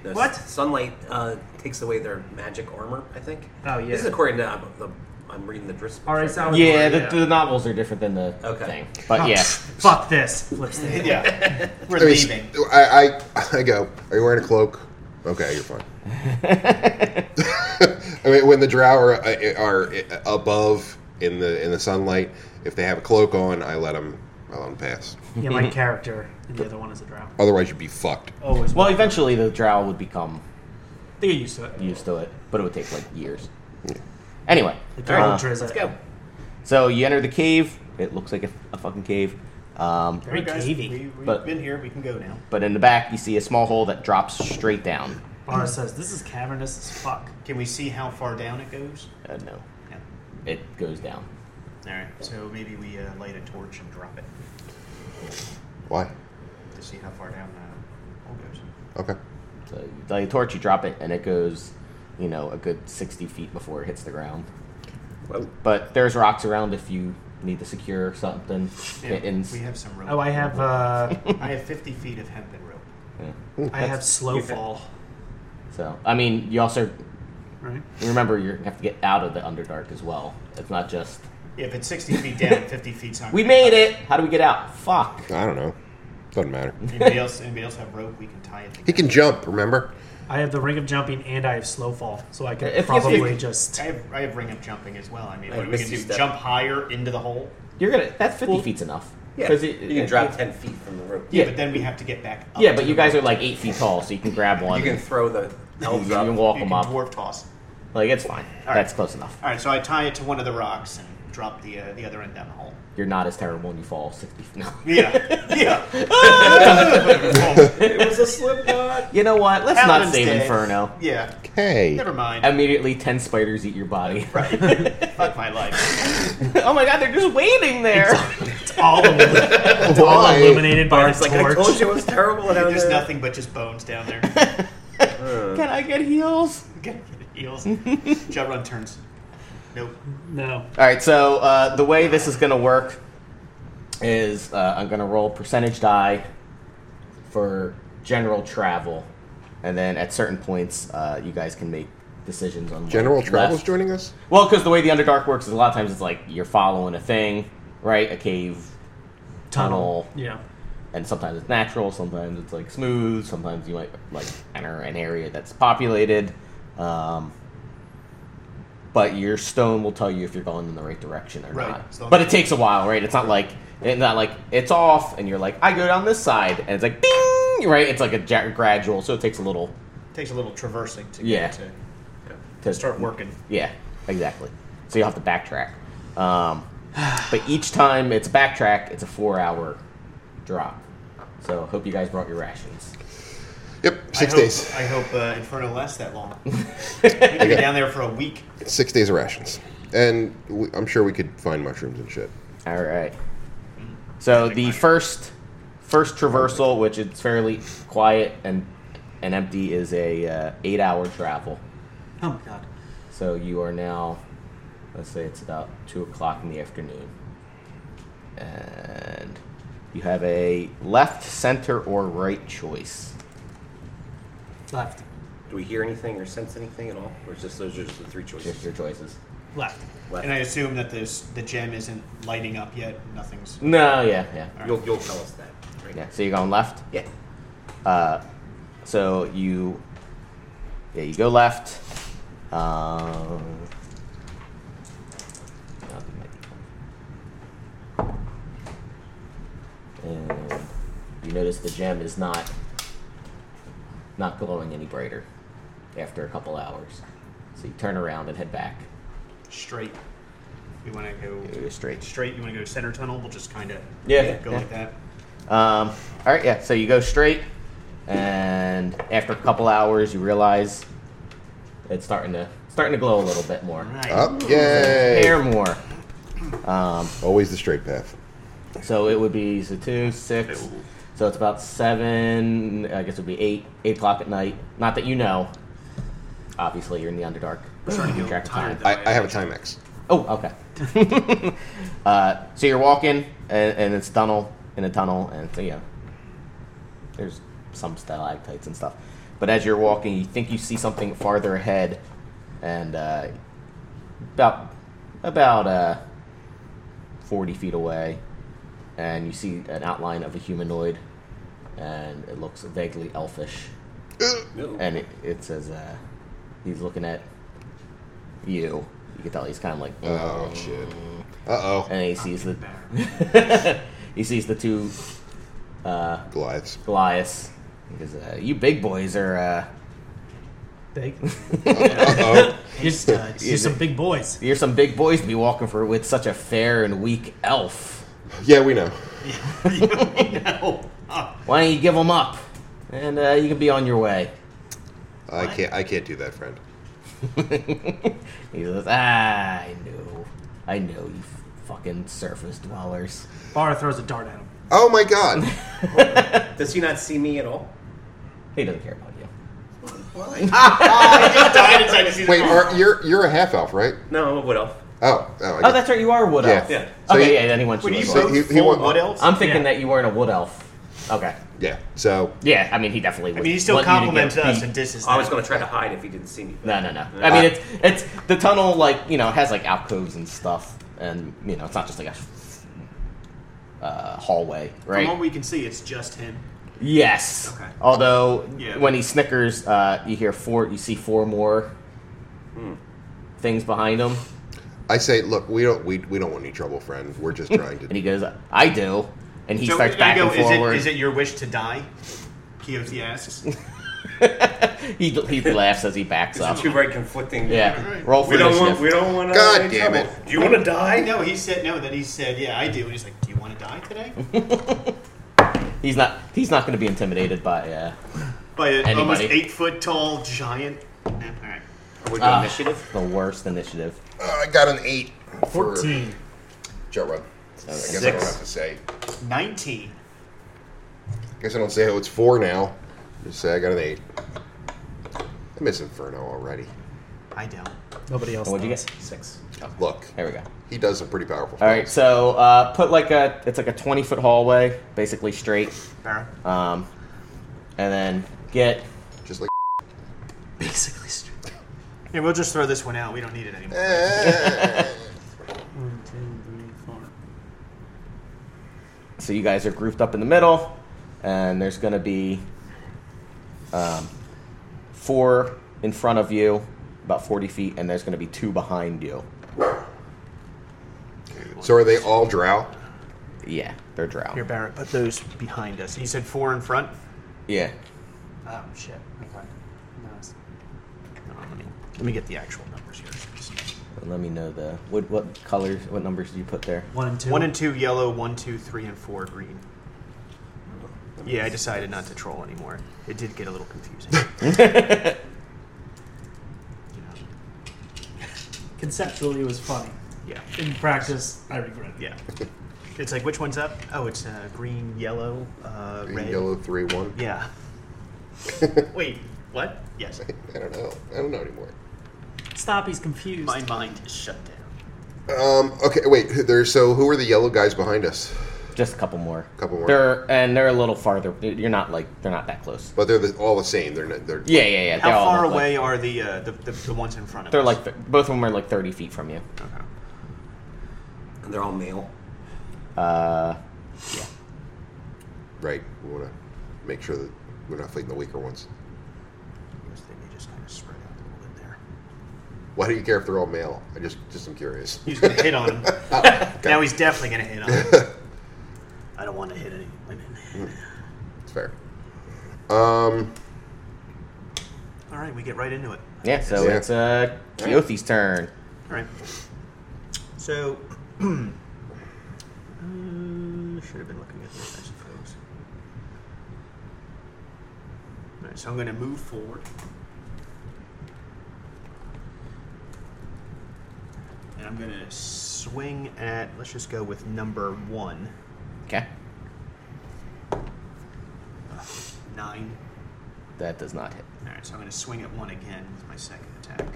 the
What?
sunlight uh, takes away their magic armor. I think.
Oh, yeah.
This is according to I'm, the, I'm reading the Driss.
All right, so
Yeah, the, the novels are different than the
Okay.
thing, but yeah,
Fuck this. Flips the
Yeah, we're
I, mean, s-
leaving.
I, I, I go. Are you wearing a cloak? Okay, you're fine. I mean, when the drow are, uh, are above in the in the sunlight, if they have a cloak on, I let them, I let them pass.
Yeah, my character and the other one is a drow.
Otherwise, you'd be fucked.
Always.
well, eventually the drow would become
they get used to it.
used to it, but it would take like years. Anyway,
They're
Oh.
uh,
ultras
Let's
at-
go.
so you enter the cave. It looks like a, a fucking cave. Um,
All right, guys, we,
cavey.
we've
But-
been here. We can go now.
but in the back, you see a small hole that drops straight down.
Mara says this is cavernous as fuck.
Can we see how far down it goes?
Uh, no,
Yeah.
it goes down.
All right. So maybe we uh, light a torch and drop it
Why?
to see how far down the hole goes.
Okay.
So you light a torch, you drop it, and it goes, you know, a good 60 feet before it hits the ground.
Whoa.
But there's rocks around if you need to secure something. Kittens.
we have some rope.
Oh, I have uh,
I have 50 feet of hemp and rope.
Yeah.
I have slow fall.
So, I mean, you also
Right.
remember you have to get out of the Underdark as well. It's not just,
If it's 60 feet down, 50 feet's not.
we
gonna
made
cut
it! How do we get out? Fuck.
I don't know. Doesn't matter.
Anybody else? Anybody else have rope? We can tie it.
He
Together.
can jump. Remember?
I have the ring of jumping and I have slow fall, so I could
If- if-
probably
if-
just.
I have, I have ring of jumping as well. I mean,
I
what are we
missed
gonna do?
you, Steph.
Jump higher into the hole?
You're gonna, that's 50
Well,
feet's enough.
Yeah,
'Cause
you
it-
can
it-
drop ten feet from the rope.
Yeah.
but then we have to get back. up
Yeah,
to
but you
the
guys are
rope.
like 8 feet tall, so you can grab one.
You can throw the
you
elves
can
up.
walk
You
them
can
up.
Dwarf toss.
Like, it's fine.
right.
That's close enough.
All right, so I tie it to one of the rocks and drop the uh, the other end down the hole.
You're not as terrible when you fall 60 feet. No.
Yeah, yeah.
It was a slip knot.
You know what? Let's
Paladin's
not save
dead.
Inferno. Um,
Yeah.
Hey.
Never mind.
Immediately, 10 spiders eat your body.
Fuck my life.
oh my god, they're just waiting there!
It's all, illu- it's all
Why?
illuminated by a
It's like I told
torch.
you it was terrible down
There's
there.
nothing but just bones down there.
Can I get heals?
Get Heels. Jump run turns. Nope.
No,
Alright, so uh, the way this is gonna work is uh, I'm gonna roll percentage die for general travel, and then at certain points, uh, you guys can make decisions on what
General
left-
Travels joining us.
Well, because the way the Underdark works is a lot of times it's like you're following a thing, right? A cave, tunnel.
Yeah.
and sometimes it's natural, sometimes it's like smooth, sometimes you might like enter an area that's populated. Um, but your stone will tell you if you're going in the right direction or
Right.
not.
So-
but it takes a while, right? It's not like it's not like it's off and you're like I go down this side and it's like ding, right? It's like a ja- gradual, so it takes a little
Takes a little traversing to
Yeah.
get to,
to
to start working.
Yeah, exactly. So you'll have to backtrack. Um, but each time it's a backtrack, it's a four-hour drop. So hope you guys brought your rations.
Yep. Six
I hope,
days.
I hope uh, Inferno lasts that long. We're gonna be down there for a week.
Six days of rations, and we, I'm sure we could find mushrooms and shit.
All right. So the first first traversal, which is fairly quiet and and empty, is a uh, eight hour travel.
Oh my god.
So you are now Let's say it's about two o'clock in the afternoon, and you have a left, center, or right choice.
Left.
Do we hear anything or sense anything at all, or is just those are just the three
Just
choices?
your choices.
Left.
Left.
And I assume that this, the gem isn't lighting up yet. Nothing's.
No, yeah, yeah,
You'll you'll tell us that. Right?
yeah. So you're going left.
Yeah.
Uh, so you, yeah, you go left. Um, I'll do my D1. and you notice the gem is not not glowing any brighter after a couple hours. So you turn around and head back.
straight. You want to go
You go straight.
straight. You want to go center tunnel. We'll just kind of
Yeah,
go
yeah.
like that.
Um, all right, yeah. So you go straight, and after a couple hours, you realize it's starting to starting to glow a little bit more.
All right.
Up, yay!
Hair more. Um,
Always the straight path.
so it would be so two six. So it's about seven. I guess it would be eight eight o'clock at night. Not that you know. Obviously, you're in the underdark.
I'm starting to
Keep
get
track of
tired.
time.
though.
I, I have a Timex.
Oh, okay. uh, so you're walking, and, and it's tunnel in a tunnel, and so yeah, there's some stalactites and stuff. But as you're walking, you think you see something farther ahead, and uh, about about uh, forty feet away, and you see an outline of a humanoid, and it looks vaguely elfish, and it, it says uh, he's looking at you. You can tell he's kind of like
Oh shit. Uh oh.
and he sees the he sees the two uh,
Goliaths.
Goliaths. He goes, uh, "You big boys are uh,
Big.
Uh oh.
You're, just, uh, you're some big boys.
you're some big boys to be walking for with such a fair and weak elf.
Yeah, we know.
no. Oh,
Why don't you give him up, and uh, you can be on your way."
I can't. I can't do that, friend.
he says, "Ah, I knew, I know you fucking surface dwellers."
Barra throws a dart at him.
Oh my god.
Does he not see me at all?
He doesn't care about you.
I just died inside to see the
Wait,
car.
are, you're you're a half elf, right?
No, I'm a wood elf.
Oh, oh, I
Oh,
guess-
that's right. You are a wood elf.
Yeah.
Yeah.
So
okay,
he-
yeah. Then he wants
What
you.
do you
as
So
well.
both
he-
he,
he won't-
What else?
I'm thinking
Yeah.
that you weren't a wood elf. Okay.
yeah. So
Yeah, I mean, he definitely.
I
Would
mean, he still
want you to
compliments
get
us
beat.
and disses.
I was
them.
gonna try to hide if he didn't see me. but-
No, no, no. I mean, it's it's the tunnel. Like you know, it has like alcoves and stuff, and you know, it's not just like a uh, hallway,
From
right?
what we can see, it's just him.
yes.
Okay.
Although
Yeah.
when he snickers, uh, you hear four. You see four more
Hmm.
things behind him,
I say, look, we don't we, we don't want any trouble, friend. We're just trying
and
to.
he goes, "I do," and he starts
I
back and
is
forward.
It, is it your wish to die? Keothi asks.
he he laughs as he backs up.
It's two very conflicting.
Yeah. Roll for
We don't want.
initiative.
We don't want.
God damn it.
Do you want to die?
no, he said no. That he said, yeah, I do. And he's like, do you want to die today?
He's not. He's not going to be intimidated by. Uh,
By an
Anybody.
almost eight foot tall giant. Nah, all right.
Are we doing
uh,
initiative?
The worst initiative.
Uh, I got an eight. for
Fourteen.
Joe Run. I guess I don't
Six.
have to say.
Nineteen.
I guess I don't say how it's four now. Just say I got an eight. I miss Inferno already.
I don't.
Nobody else.
What'd you
does.
get?
Six.
Look,
There we go.
he does some pretty powerful.
All right,
things.
so uh, put like a it's like a twenty foot hallway, basically straight,
Barra.
um, and then get
Just like.
Basically, straight.
Yeah, we'll just throw this one out. We don't need it anymore.
eh.
One, two, three, four.
so you guys are grouped up in the middle, and there's gonna be um, four in front of you, about forty feet, and there's gonna be two behind you.
so are they all drow?
Yeah, they're
Here,
drow.
Barrett, put those behind us. He said four in front.
Yeah,
Oh, shit. Okay. Nice. Hold on, Let me, let me get the actual numbers here.
let me know the what what colors, what numbers did you put there?
One and two.
One and two yellow, one, two, three, and four green. Yeah, I decided not to troll anymore. It did get a little confusing. You know,
Conceptually, it was funny.
yeah,
In practice, I regret it.
yeah. It's like, which one's up? Oh, it's uh, green, yellow, uh,
Green,
red.
yellow, three, one.
Yeah. Wait, what? Yes.
I don't know. I don't know anymore.
Stop, he's confused.
My mind is shut down.
Um, okay, wait. who- There's so who are the yellow guys behind us?
Just a couple more.
Couple more.
They're and they're a little farther. You're not like they're not that close.
But they're the, all the same. They're not, they're
Yeah, yeah, yeah.
How
they all
far
look like-
away are the, uh, the, the the ones in front of
they're
us?
like th- both of them are like thirty feet from you.
Okay.
And they're all male.
Uh,
right. We want to make sure that we're not fighting the weaker ones.
Because they may just kind of spread out a little bit there.
Why do you care if they're all male? I just just am curious.
He's gonna hit on him. Now he's definitely gonna hit on him. I don't want to hit any
Mm.
women.
It's fair. Um,
All right, we get right into it.
yeah. So
Yeah.
it's uh Keothi's turn.
All right. So, uh, should have been looking at this, I suppose. All right, so I'm going to move forward. And I'm going to swing at, let's just go with number one.
Okay.
Nine.
That does not hit.
All right, so I'm going to swing at one again with my second attack.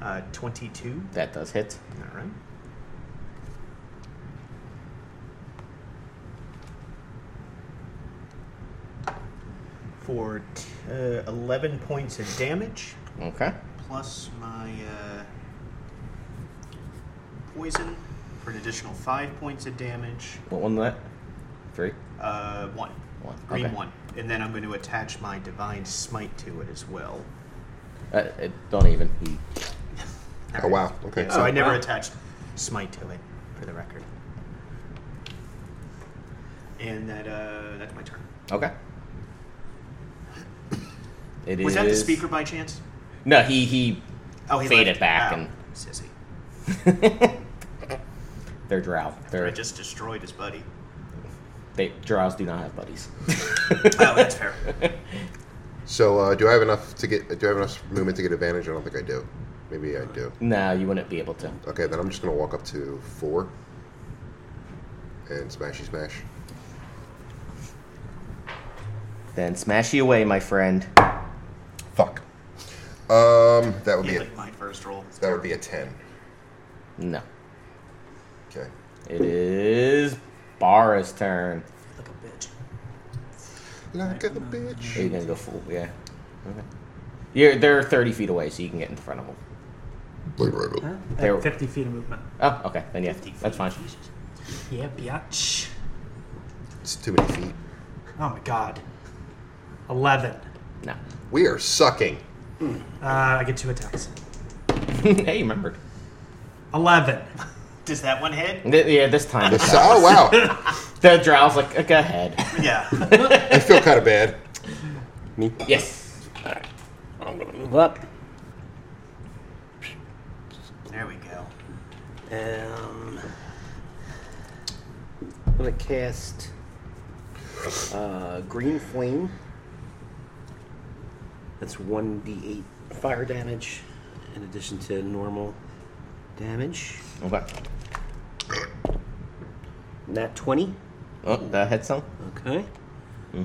Uh, 22.
That does hit.
All right. For t- uh, 11 points of damage,
Okay.
plus my uh, poison for an additional 5 points of damage.
What one that? Three.
Uh, 1.
One,
Green
okay.
1. And then I'm going to attach my Divine Smite to it as well.
Uh, it, don't even. He,
oh wow. Okay.
Yeah, so I never
wow.
attached smite to it, for the record. And that uh, that's my turn.
okay. It is.
Was that the speaker by chance?
No, he he.
Oh, he
Fade
left.
it back
Wow,
and-
sissy.
They're drow.
I
They're just
just destroyed his buddy.
they drows do not have buddies.
Oh, that's fair.
So uh, do I have enough to get? Do I have enough movement to get advantage? I don't think I do. Maybe I do.
no, you wouldn't be able to.
Okay, then I'm just gonna walk up to four and smashy smash.
Then smash you away, my friend.
Fuck. Um, that would
He
be a,
took my first roll.
that would be a ten.
No,
Okay.
it is Bara's turn.
Like a bitch.
Like a bitch.
Are you gonna go full? Yeah. Okay. You're they're thirty feet away, so you can get in front of them.
Huh? At
There-
50 feet of movement.
Oh, okay. Then yeah, that's fine.
Yeah, biatch.
It's too many feet.
Oh my god. 11.
No.
We are sucking.
Uh, I get two attacks.
hey, you remembered.
11.
Does that one hit?
Th- yeah, this time
So- oh wow.
the drow's like, go ahead.
Yeah.
I feel kind of bad.
Yes.
I'm gonna move up.
there we go.
Um, I'm gonna cast uh, Green Flame. That's 1d8 fire damage in addition to normal damage.
Okay.
Nat 20.
Oh, that had some.
Okay. so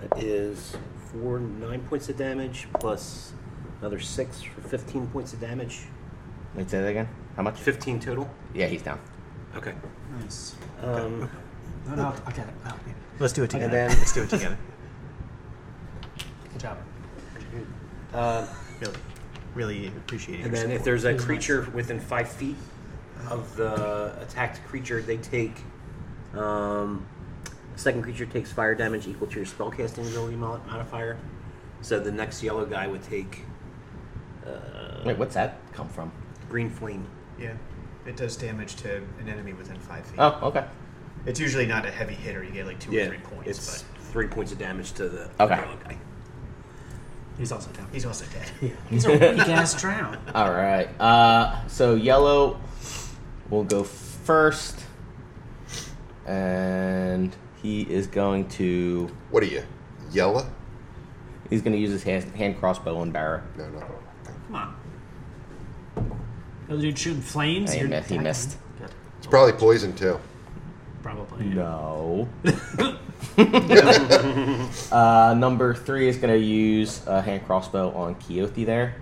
That is four, nine points of damage plus another six for 15 points of damage.
Wait, say that again. How much?
15 total.
Yeah, he's down.
Okay.
Nice.
Um,
No, no, I got it. Oh,
Let's do it together.
then-
Let's do it together.
good job.
uh,
Really, really appreciate it.
And then if there's a creature within five feet of the attacked creature, they take. Um, second creature takes fire damage equal to your spellcasting ability mod- modifier. So the next yellow guy would take
Wait, what's that come from?
green flame.
yeah, it does damage to an enemy within five feet.
Oh, okay.
It's usually not a heavy hitter. You get like two or three points,
It's
but
three points of damage to the
Okay.
yellow guy.
He's also down.
he's also dead.
He's a weak ass drown.
All right. Uh, so yellow will go first, and he is going to
What are you? Yellow?
he's going to use his hand, hand crossbow and barrow.
No, no.
Come on. Little dude shooting flames.
He
you're
mi- he
attacking.
missed.
Good.
It's probably poison too.
Probably.
No. uh, number three is going to use a hand crossbow on Keothi there.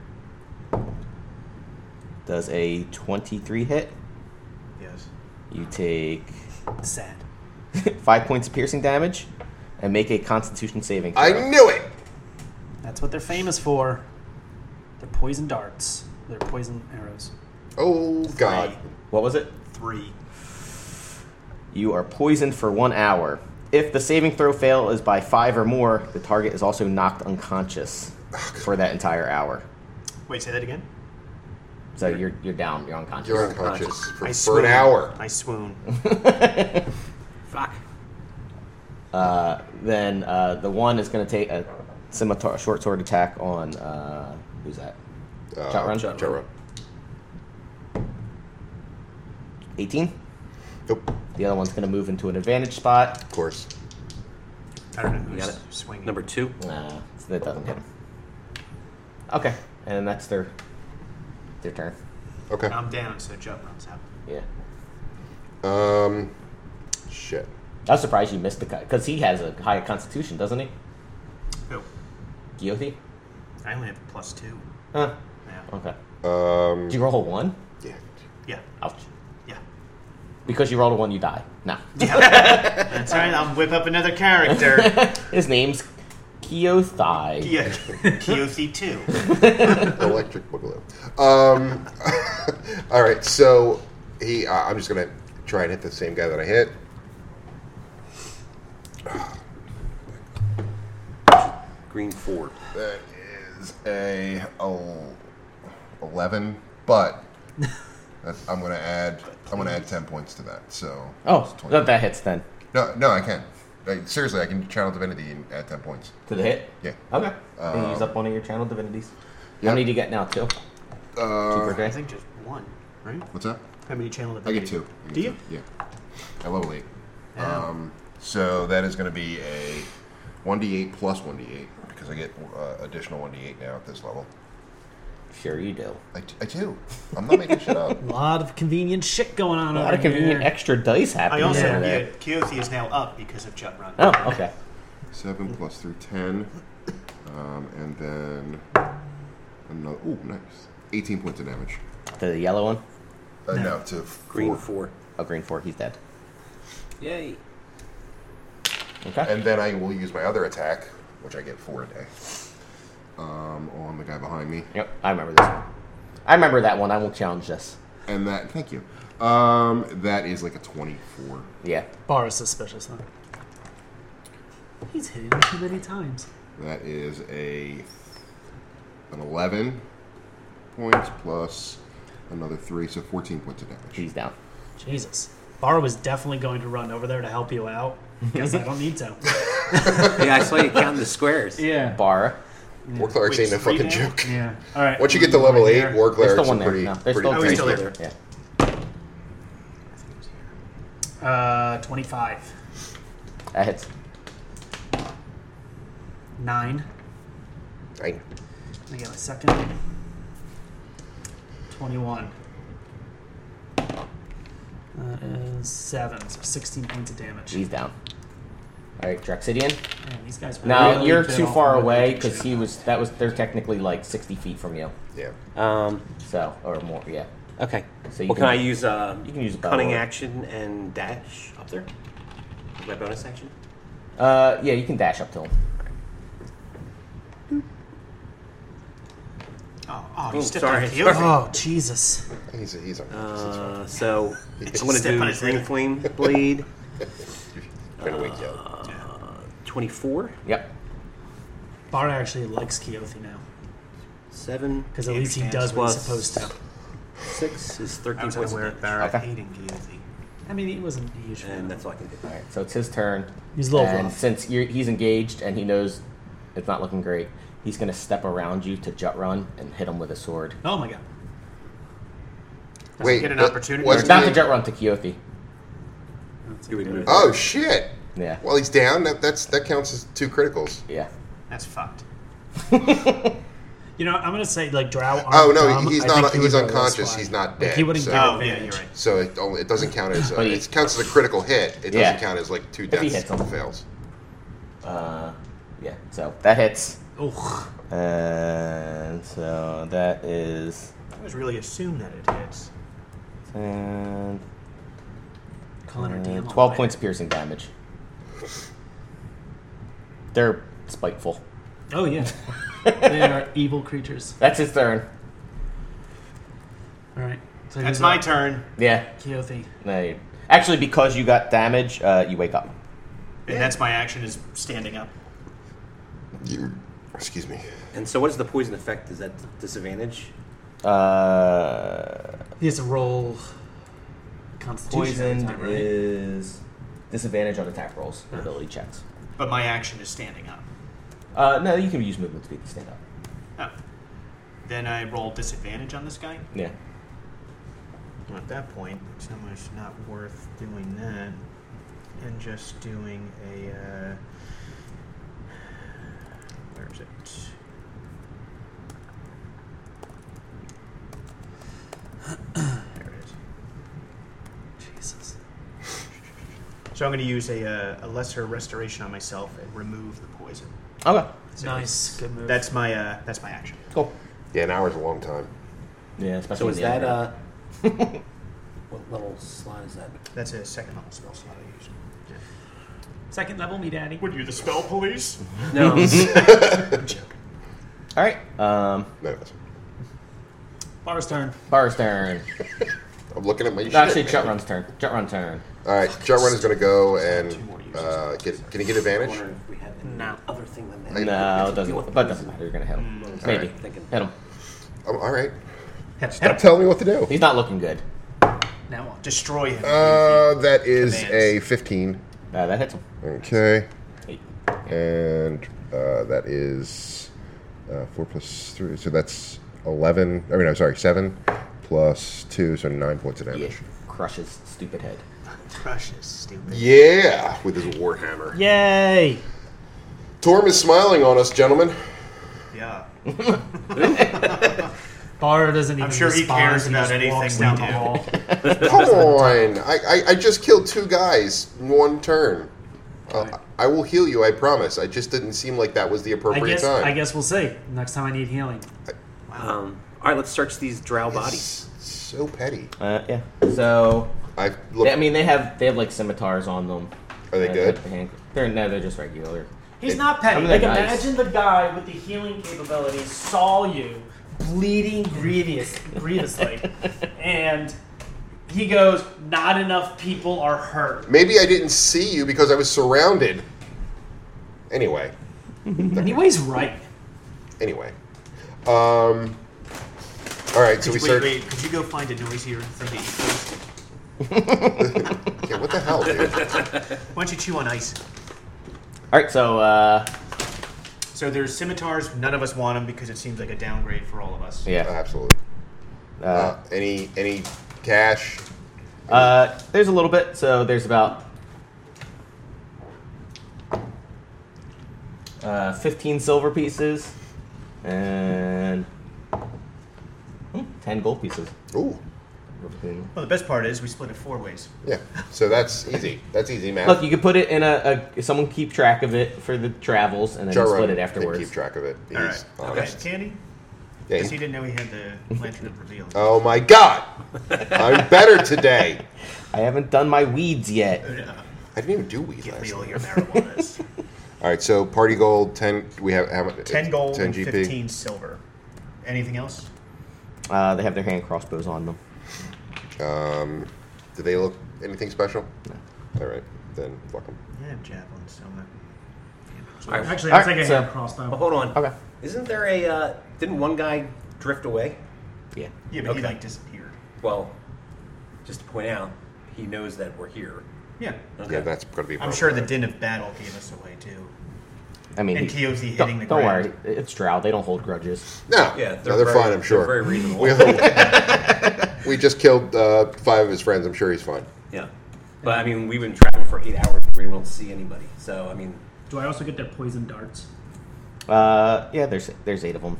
Does a 23 hit?
Yes.
You take
Sad.
five points of piercing damage and make a Constitution saving throw.
I knew it.
That's what they're famous for. They're poison darts. They're poison arrows.
Oh God.
What was it?
Three.
You are poisoned for one hour. If the saving throw fail is by five or more, the target is also knocked unconscious for that entire hour.
Wait, say that again.
So you're you're down. You're unconscious.
You're unconscious
I
for, for
swoon.
an hour.
I swoon.
Fuck.
uh, then uh, the one is going to take a scimitar, short sword attack on uh, who's that?
Uh,
Shot run?
Shot run.
Eighteen.
Nope.
The other one's going to move into an advantage spot.
Of course.
I don't know who's
You got it.
swinging.
Number two.
Nah, so that doesn't hit him. Okay, and that's their their turn.
Okay.
I'm down, so Joe runs out.
Yeah,
Um. Shit.
I was surprised you missed the cut because he has a high constitution, doesn't he?
Who?
Guilty.
Oh, I only have a plus two.
Huh.
Yeah.
Oh.
Okay.
Um.
Did you roll a one?
Yeah.
Yeah.
Ouch.
Yeah.
Because you rolled a one, you die. No.
That's all right. I'll whip up another character.
His name's Keothai.
yeah. QC two.
Electric boogaloo. Um. all right. So he. Uh, I'm just gonna try and hit the same guy that I hit.
Green four.
That is a oh, 11, but that's, I'm gonna add I'm gonna add 10 points to that. So
Oh,
it's 20.
that, that hits then.
no, no, I can. Like, seriously, I can channel divinity and add 10 points.
To the hit?
Yeah.
Okay. Then you use
Um,
up one of your channel divinities.
yeah.
How many do you get now? Two? Two
Uh,
per day?
I think just one, right?
what's that?
How many channel
I
divinity?
get two. I get
Do you?
two, Yeah. I level eight.
Yeah.
Um, so that is gonna be a 1d8 plus 1d8 because I get uh, additional 1d8 now at this level.
Sure you do.
I, I do. I'm not making shit up.
A lot of convenient shit going on
A
over
lot of convenient
here.
extra dice
I
happening
also
over
Yeah.
there.
yeah, Keothi is now up because of Jut Run.
Oh, okay.
Seven plus three, ten, um, and then another. Ooh, nice. Eighteen points of damage.
The yellow one?
Uh, no. to four.
Green four.
Oh, green four. He's dead.
Yay.
Okay.
And then I will use my other attack, which I get four a day, um, on the guy behind me,
Yep, I remember this one. I remember that one. I won't challenge this.
and that. Thank you. Um, that is like a twenty-four.
Yeah.
Bar is suspicious, huh?
He's hit him too many times.
That is a an eleven points plus another three, so fourteen points of damage.
He's down.
Jesus. Bar was definitely going to run over there to help you out. Guess I don't need to.
Yeah, I saw you counting the squares.
Yeah.
Barra.
War clerics ain't no
Wait,
fucking
three now?
joke.
Yeah. All right.
Once you get to level
Right
eight,
here.
war
There's
clerics
still
are
one there.
pretty.
no, there's
pretty
still,
Oh, he's
tanky.
still there.
Yeah.
Uh, 25.
That hits.
9.
Right.
I got my second. 21. That is 7, so 16 points of damage.
He's down. All right, Drexidian.
Man, these guys
Now
really
you're
bit
too
off
far
more than
away
they can
because
chew.
he was. That was. They're technically like 60 feet from you.
Yeah.
Um,
So or more. Yeah.
okay.
So you
well, can,
can-
I use? Uh,
you can use a
cunning
bow.
action and dash up there. With My bonus action.
Uh, yeah. You can dash up to him.
Oh, oh,
Oh,
you stepped
sorry.
on Keothi.
Sorry.
Oh, Jesus.
He's a, he's on purpose. It's fine.
Uh, so I'm gonna
Step
do
on his
green
head.
flame blade.
Trying to wake you up.
Twenty-four.
Yep.
Bar actually likes Keothi now
Seven.
because at least he
Huge
does what he's
plus-
supposed to.
Six is
I
thirteen
was
points of
unaware of
damage.
Barrett
Okay.
hating Keothi.
I mean, he wasn't a huge fan.
And that's all I can do.
All right. So it's his turn.
He's a little
and
rough.
Since you're, he's engaged and he knows it's not looking great, he's gonna step around you to jut run and hit him with a sword.
Oh my god.
Wait,
get an
but
opportunity?
Or
wasn't
not
he-
to jut run to Keothi.
Do we move?
Oh shit!
Yeah.
Well, he's down. That that's that counts as two criticals.
Yeah.
That's fucked.
You know, I'm gonna say like Drow. aren't
Oh, no,
dumb.
he's
I
not-
think he
he's
would know that's
unconscious.
why.
He's not
Like, he
dead,
wouldn't
so-
get
Oh, yeah,
advantage.
you're right.
So it only, it doesn't count as a,
But he-
it counts as a critical hit. It doesn't
Yeah.
count as like two
If he
deaths
hits him.
fails.
Uh, yeah. So that hits.
Oh,
And so that is
I was really assumed that it hits.
and,
Calling her damn
and twelve
alive.
points of piercing damage. They're spiteful.
Oh yeah, they are evil creatures.
That's his turn.
All right, so
That's
who's
my
up?
turn.
Yeah.
Keothi.
No, you- actually, because you got damage, uh, you wake up.
And that's my action is standing up.
You, excuse me.
And so, what is the poison effect? Is that disadvantage?
Uh,
He has to roll Constitution every
poisoned
time, right?
is disadvantage on attack rolls, and ability checks.
But my action is standing up.
Uh, no, you can use movement speed to stand up.
Oh. Then I roll disadvantage on this guy.
Yeah.
Well, at that point, it's not much not worth doing that, and just doing a. Uh, where is it? there it is.
Jesus.
So I'm going to use a, uh, a lesser restoration on myself and remove the poison.
Okay.
So
Nice. Good move.
That's my uh, that's my action.
Cool.
Yeah, an hour's a long time.
Yeah. Especially
So
in
is
the
that
underground.
uh, what level slot is that?
That's a second level spell slot I used.
Second level, me daddy.
Would you the spell police?
No,
All right. Um,
No, that's-
Bar's turn.
Bar's turn.
I'm looking at my shit.
No, actually, Jut Run's turn. Jut Run turn.
All right, Jar Run is going to go
Two more uses.
and uh, get. Can he get advantage?
Wondering if we had any
No.
other thing than
I-
that.
No, it doesn't. But it doesn't matter. You're gonna hit him. Maybe.
right. Thinking.
Hit him.
I'm, Oh, all right.
Hit
Stop
him.
telling me what to do.
He's not looking good.
Now what?
Destroy him.
Uh, that is a
Commands.
15.
Uh, that hits him.
Okay.
Eight.
And uh, that is uh, 4 plus 3. So that's 11. I mean, I'm sorry, 7 plus 2, so 9 points of
Yeah.
damage.
Crushes stupid head.
Crushes, stupid.
Yeah, with his warhammer.
Yay!
Torm is smiling on us, gentlemen.
Yeah.
Bar doesn't even.
I'm sure he
respond,
cares about
just
anything
walks
down
into
the
the
hall.
wall.
Come on. I, I, I just killed two guys in one turn. Uh, I will heal you, I promise. I just didn't seem like that was the
I
appropriate
guess.
time.
I guess we'll see. Next time I need healing.
Um, all right, let's search these drow bodies.
S- So petty.
Uh, yeah. So,
I look.
they, I mean, they have they have like scimitars on them.
are they
Uh,
good?
the hand- They're no, they're just regular.
He's not petty.
I mean,
like,
they're nice.
imagine the guy with the healing capabilities saw you bleeding grievous, grievously, and he goes, "Not enough people are hurt."
Maybe I didn't see you because I was surrounded. Anyway,
Anyways, right?
anyway. Um. All right, so we
Wait,
start.
wait, could you go find a noisier thing to eat first?
Yeah, what the hell, dude?
Why don't you chew on ice?
All right. So, uh,
So there's scimitars. None of us want them because it seems like a downgrade for all of us.
yeah.
Oh, Absolutely.
Uh,
Uh, any any cash?
uh, there's a little bit. So there's about uh, 15 silver pieces and hmm, 10 gold pieces.
Ooh,
Well, the best part is we split it four ways.
yeah. So that's easy. That's easy, man.
Look, you could put it in a, a someone keep track of it for the travels, and then you split it afterwards.
Keep track of it. He's
All right. Okay.
honest.
Candy?
Yeah,
Because
he-
he didn't know he had the lantern of reveal.
oh my god, I'm better today.
I haven't done my weeds yet.
Uh,
I didn't even do weed
Give
last
me all
night.
your marijuanas.
All right, so party gold ten. We have how much?
10 gold
ten
and
GP.
15 silver. Anything else?
Uh, they have their hand crossbows on them.
Um, do they look anything special? No. All right, then fuck them.
I have javelins, so I'm not.
All right,
Actually,
All
I'll
right,
take a
so-
hand crossbow.
well, hold on.
Okay.
Isn't there a? Uh, didn't one guy drift away?
Yeah.
Yeah, but he
Okay.
like disappeared.
Well, just to point out, he knows that we're here.
Yeah.
Okay.
Yeah, that's gonna be. a
I'm
problem.
sure the din of battle gave us away too.
I mean,
And
he-
TOZ hitting
don't,
the
don't
ground.
worry, it's Drow. They don't hold grudges.
No,
Yeah,
no, they're
very-
fine. I'm sure.
They're very reasonable.
We, all- we just killed uh, five of his friends. I'm sure he's fine.
yeah, but I mean, we've been traveling for eight hours. We don't see anybody. So I mean,
Do I also get their poison darts?
Uh, yeah. There's there's eight of them.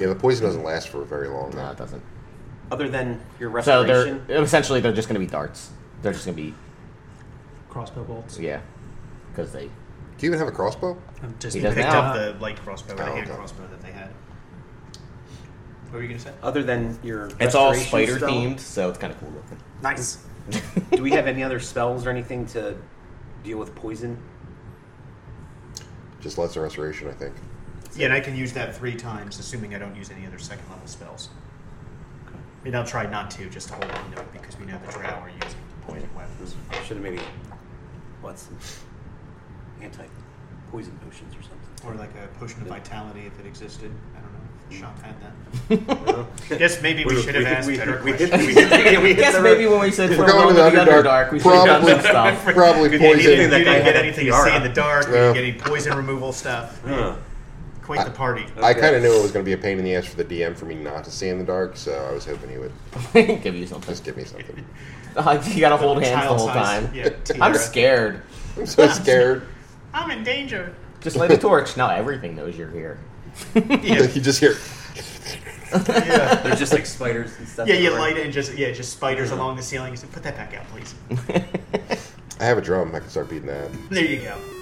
Yeah, the poison doesn't last for very long.
No,
though.
it doesn't.
other than your
So
restoration,
they're essentially they're just gonna be darts. They're just gonna be
Crossbow bolts.
yeah, because they
Do you even have a crossbow?
I'm just
He
picked
does now.
up the light crossbow, or the
Oh,
hand
okay.
crossbow that they had. What were you gonna say?
Other than your,
It's all
restoration
spider
spell,
themed, so it's kind of cool looking.
Nice.
Do we have any other spells or anything to deal with poison?
Just Lights of Restoration, I think.
Yeah, and I can use that three times, assuming I don't use any other second level spells. I mean, I'll try not to, just to hold on to it, because we know the drow are using poison weapons.
Should have maybe bought some anti poison potions or something.
Or like a potion of vitality if it existed. I don't know if the shop had that. Guess maybe we, should have asked better questions.
We hit, yeah, we hit
Yes,
the-
maybe when we said
We're
we're
going
going
to the
to the
Underdark,
Underdark, we should have done
probably-
some stuff.
Probably
Good, yeah, You didn't,
poison.
you didn't get anything you see in
Tiara.
the dark. You
Yeah.
didn't get any poison removal stuff.
Huh. Uh,
Quite the party.
I kind of knew it was going to be a pain in the ass for the DM for me not to see in the dark, so I was hoping he would
Give you something.
just give me something.
Uh, you gotta hold hands the whole
Child-sized-
time.
Yeah,
I'm
tiara.
scared.
I'm so scared.
I'm in danger.
Just light a torch. Now everything knows you're here.
Yeah,
you just hear.
yeah.
There's just like spiders and stuff.
Yeah, you
everywhere.
light it and just yeah, just spiders along the ceiling. You say, put that back out, please.
I have a drum. I can start beating that.
There you go.